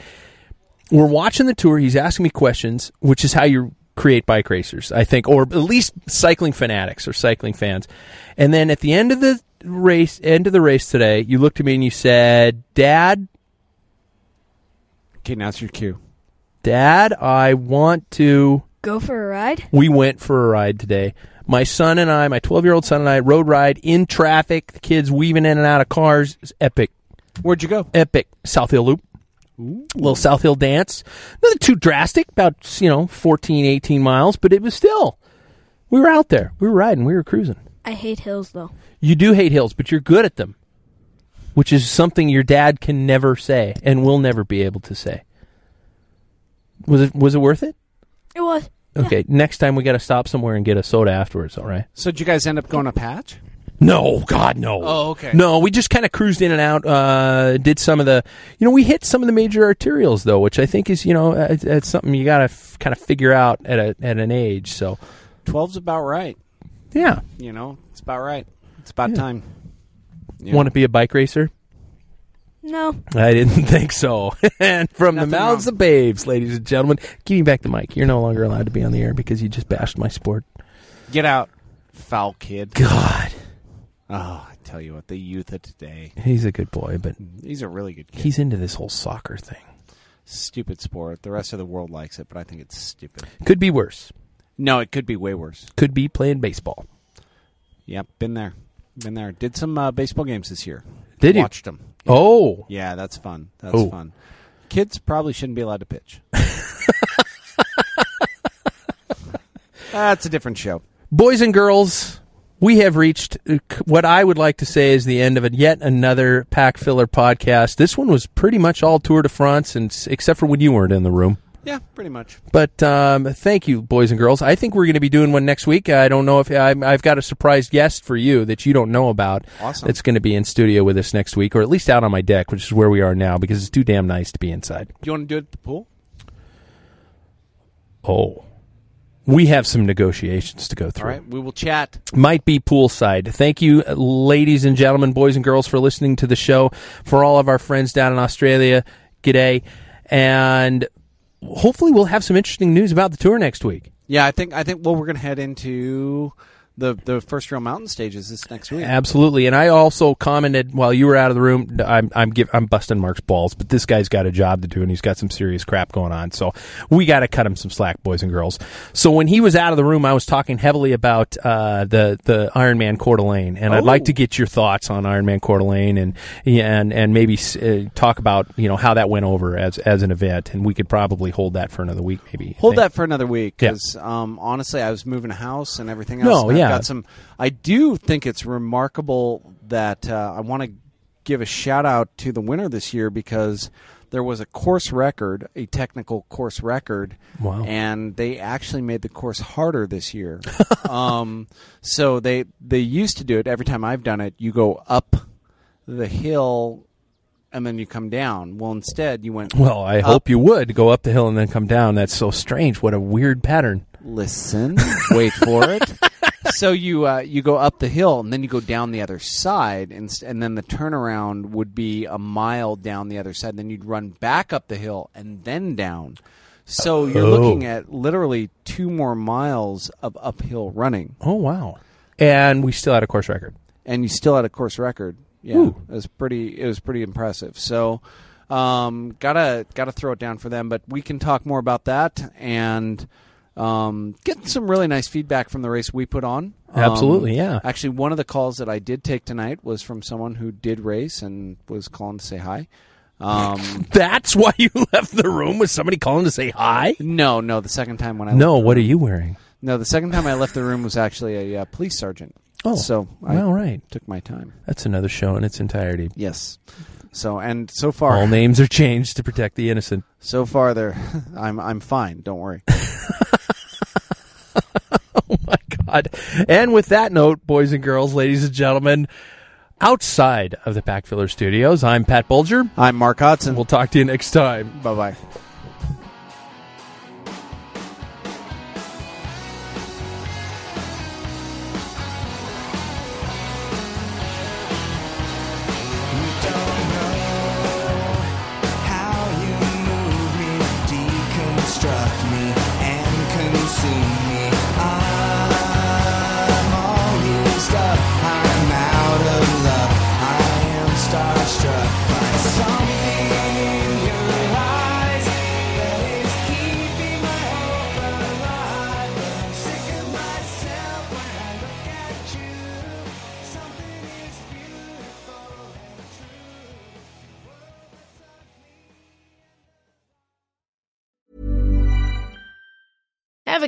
Speaker 5: we're watching the tour. He's asking me questions, which is how you create bike racers, I think, or at least cycling fanatics or cycling fans. And then at the end of the race, end of the race today, you looked at me and you said, "Dad,
Speaker 6: Okay, now it's your cue.
Speaker 5: Dad, I want to."
Speaker 8: Go for a ride.
Speaker 5: We went for a ride today. My son and I, my 12 year old son and I, road ride in traffic. The kids weaving in and out of cars. It's epic,
Speaker 6: Where'd you go?
Speaker 5: epic. South Hill Loop. Little South Hill dance. Nothing too drastic, about, you know, 14, 18 miles, but it was still, we were out there. We were riding. We were cruising.
Speaker 8: I hate hills though.
Speaker 5: You do hate hills, but you're good at them, which is something your dad can never say and will never be able to say. Was it, was it worth it?
Speaker 8: It was.
Speaker 5: Okay, next time we got to stop somewhere and get a soda afterwards, all right?
Speaker 6: So did you guys end up going to patch?
Speaker 5: No, God, no.
Speaker 6: Oh, okay.
Speaker 5: No, we just kind of cruised in and out. Uh, did some of the, you know, we hit some of the major arterials though, which I think is, you know, it's, it's something you got to f- kind of figure out at a at an age. So,
Speaker 6: Twelve's about right.
Speaker 5: yeah,
Speaker 6: You know, it's about right. It's about
Speaker 5: Yeah.
Speaker 6: time. You
Speaker 5: want
Speaker 6: know.
Speaker 5: to be a bike racer?
Speaker 8: No.
Speaker 5: I didn't [LAUGHS] think so. and from
Speaker 6: Nothing
Speaker 5: the mouths
Speaker 6: wrong.
Speaker 5: of babes, ladies and gentlemen, give me back the mic. You're no longer allowed to be on the air because you just bashed my sport.
Speaker 6: get out, foul kid.
Speaker 5: God,
Speaker 6: Oh, I tell you what, the youth of today.
Speaker 5: he's a good boy, but
Speaker 6: He's a really good kid.
Speaker 5: he's into this whole soccer thing.
Speaker 6: stupid sport. The rest of the world likes it, but I think it's stupid.
Speaker 5: Could be worse.
Speaker 6: No, it could be way worse.
Speaker 5: Could be playing baseball.
Speaker 6: Yep, been there, been there. Did some uh, baseball games this year.
Speaker 5: Did you?
Speaker 6: Watched them.
Speaker 5: Oh,
Speaker 6: Yeah, that's fun. That's
Speaker 5: Oh.
Speaker 6: fun. Kids probably shouldn't be allowed to
Speaker 5: [LAUGHS]
Speaker 6: pitch. that's a different show.
Speaker 5: boys and girls, we have reached uh, c- what I would like to say is the end of a yet another pack filler podcast. This one was pretty much all Tour de France, and s- except for when you weren't in the room.
Speaker 6: Yeah, pretty much.
Speaker 5: But um, thank you, boys and girls. I think we're going to be doing one next week. I don't know if I, I've got a surprise guest for you that you don't know about.
Speaker 6: Awesome.
Speaker 5: That's going to be in studio with us next week, or at least out on my deck, which is where we are now because it's too damn nice to be inside.
Speaker 6: Do you want to do it at the pool?
Speaker 5: Oh, we have some negotiations to go
Speaker 6: All
Speaker 5: through.
Speaker 6: right, we will chat.
Speaker 5: might be poolside. Thank you, ladies and gentlemen, boys and girls, for listening to the show. For all of our friends down in Australia, g'day. And hopefully, we'll have some interesting news about the tour next week.
Speaker 6: Yeah, I think I think well, we're gonna head into the the first real mountain stages this next week.
Speaker 5: Absolutely. And I also commented while you were out of the room. I'm I'm give, I'm busting Mark's balls, but this guy's got a job to do, and he's got some serious crap going on. So we got to cut him some slack, boys and girls. So when he was out of the room, I was talking heavily about uh, the the Iron Man Coeur d'Alene, and I'd like to get your thoughts on Iron Man Coeur d'Alene, and and and maybe uh, talk about you know how that went over as as an event, and we could probably hold that for another week, maybe.
Speaker 6: Hold
Speaker 5: Thank-
Speaker 6: that for another week
Speaker 5: Yeah.
Speaker 6: because um, honestly, I was moving a house and everything
Speaker 5: No,
Speaker 6: else. and I've
Speaker 5: yeah.
Speaker 6: got some. I do think it's remarkable that uh, I want to give a shout out to the winner this year because there was a course record, a technical course record,
Speaker 5: Wow.
Speaker 6: and they actually made the course harder this year. [LAUGHS] um, so they they used to do it every time I've done it. You go up the hill. And then you come down. Well, instead, you went
Speaker 5: Well, I hope you would go up the hill and then come down. That's so strange. What a weird pattern.
Speaker 6: listen, wait for it. [LAUGHS] So you uh, you go up the hill and then you go down the other side, and s- and then the turnaround would be a mile down the other side. Then you'd run back up the hill and then down. So you're
Speaker 5: Oh.
Speaker 6: looking at literally two more miles of uphill running,
Speaker 5: Oh wow! And we still had a course record.
Speaker 6: and you still had a course record. Yeah, it was pretty. It was pretty impressive. So, um, gotta gotta throw it down for them. But we can talk more about that and um, get some really nice feedback from the race we put on. Um,
Speaker 5: Absolutely, yeah.
Speaker 6: Actually, one of the calls that I did take tonight was from someone who did race and was calling to say hi. Um,
Speaker 5: [LAUGHS] That's why you left the room with somebody calling to say hi.
Speaker 6: No, no. The second time when I
Speaker 5: No,
Speaker 6: left the
Speaker 5: what are
Speaker 6: room-
Speaker 5: you wearing?
Speaker 6: No, the second time I left the room was actually a uh, police sergeant.
Speaker 5: Oh,
Speaker 6: so I
Speaker 5: well, right.
Speaker 6: took my time.
Speaker 5: That's another show in its entirety.
Speaker 6: Yes. So and so far,
Speaker 5: All names are changed to protect the [LAUGHS] innocent.
Speaker 6: so far there, [LAUGHS] I'm I'm fine. Don't worry.
Speaker 5: God. And with that note, boys and girls, ladies and gentlemen, outside of the Backfiller Studios, I'm Pat Bulger.
Speaker 6: I'm Mark Hodson.
Speaker 5: We'll talk to you next time.
Speaker 6: Bye bye.
Speaker 9: How you move me, deconstruct me, and consume me. I'm all used up, I'm out of love, I am starstruck by something in your eyes that is keeping my hope alive. I'm sick of myself when I look at you. Something is beautiful and true.
Speaker 10: Ever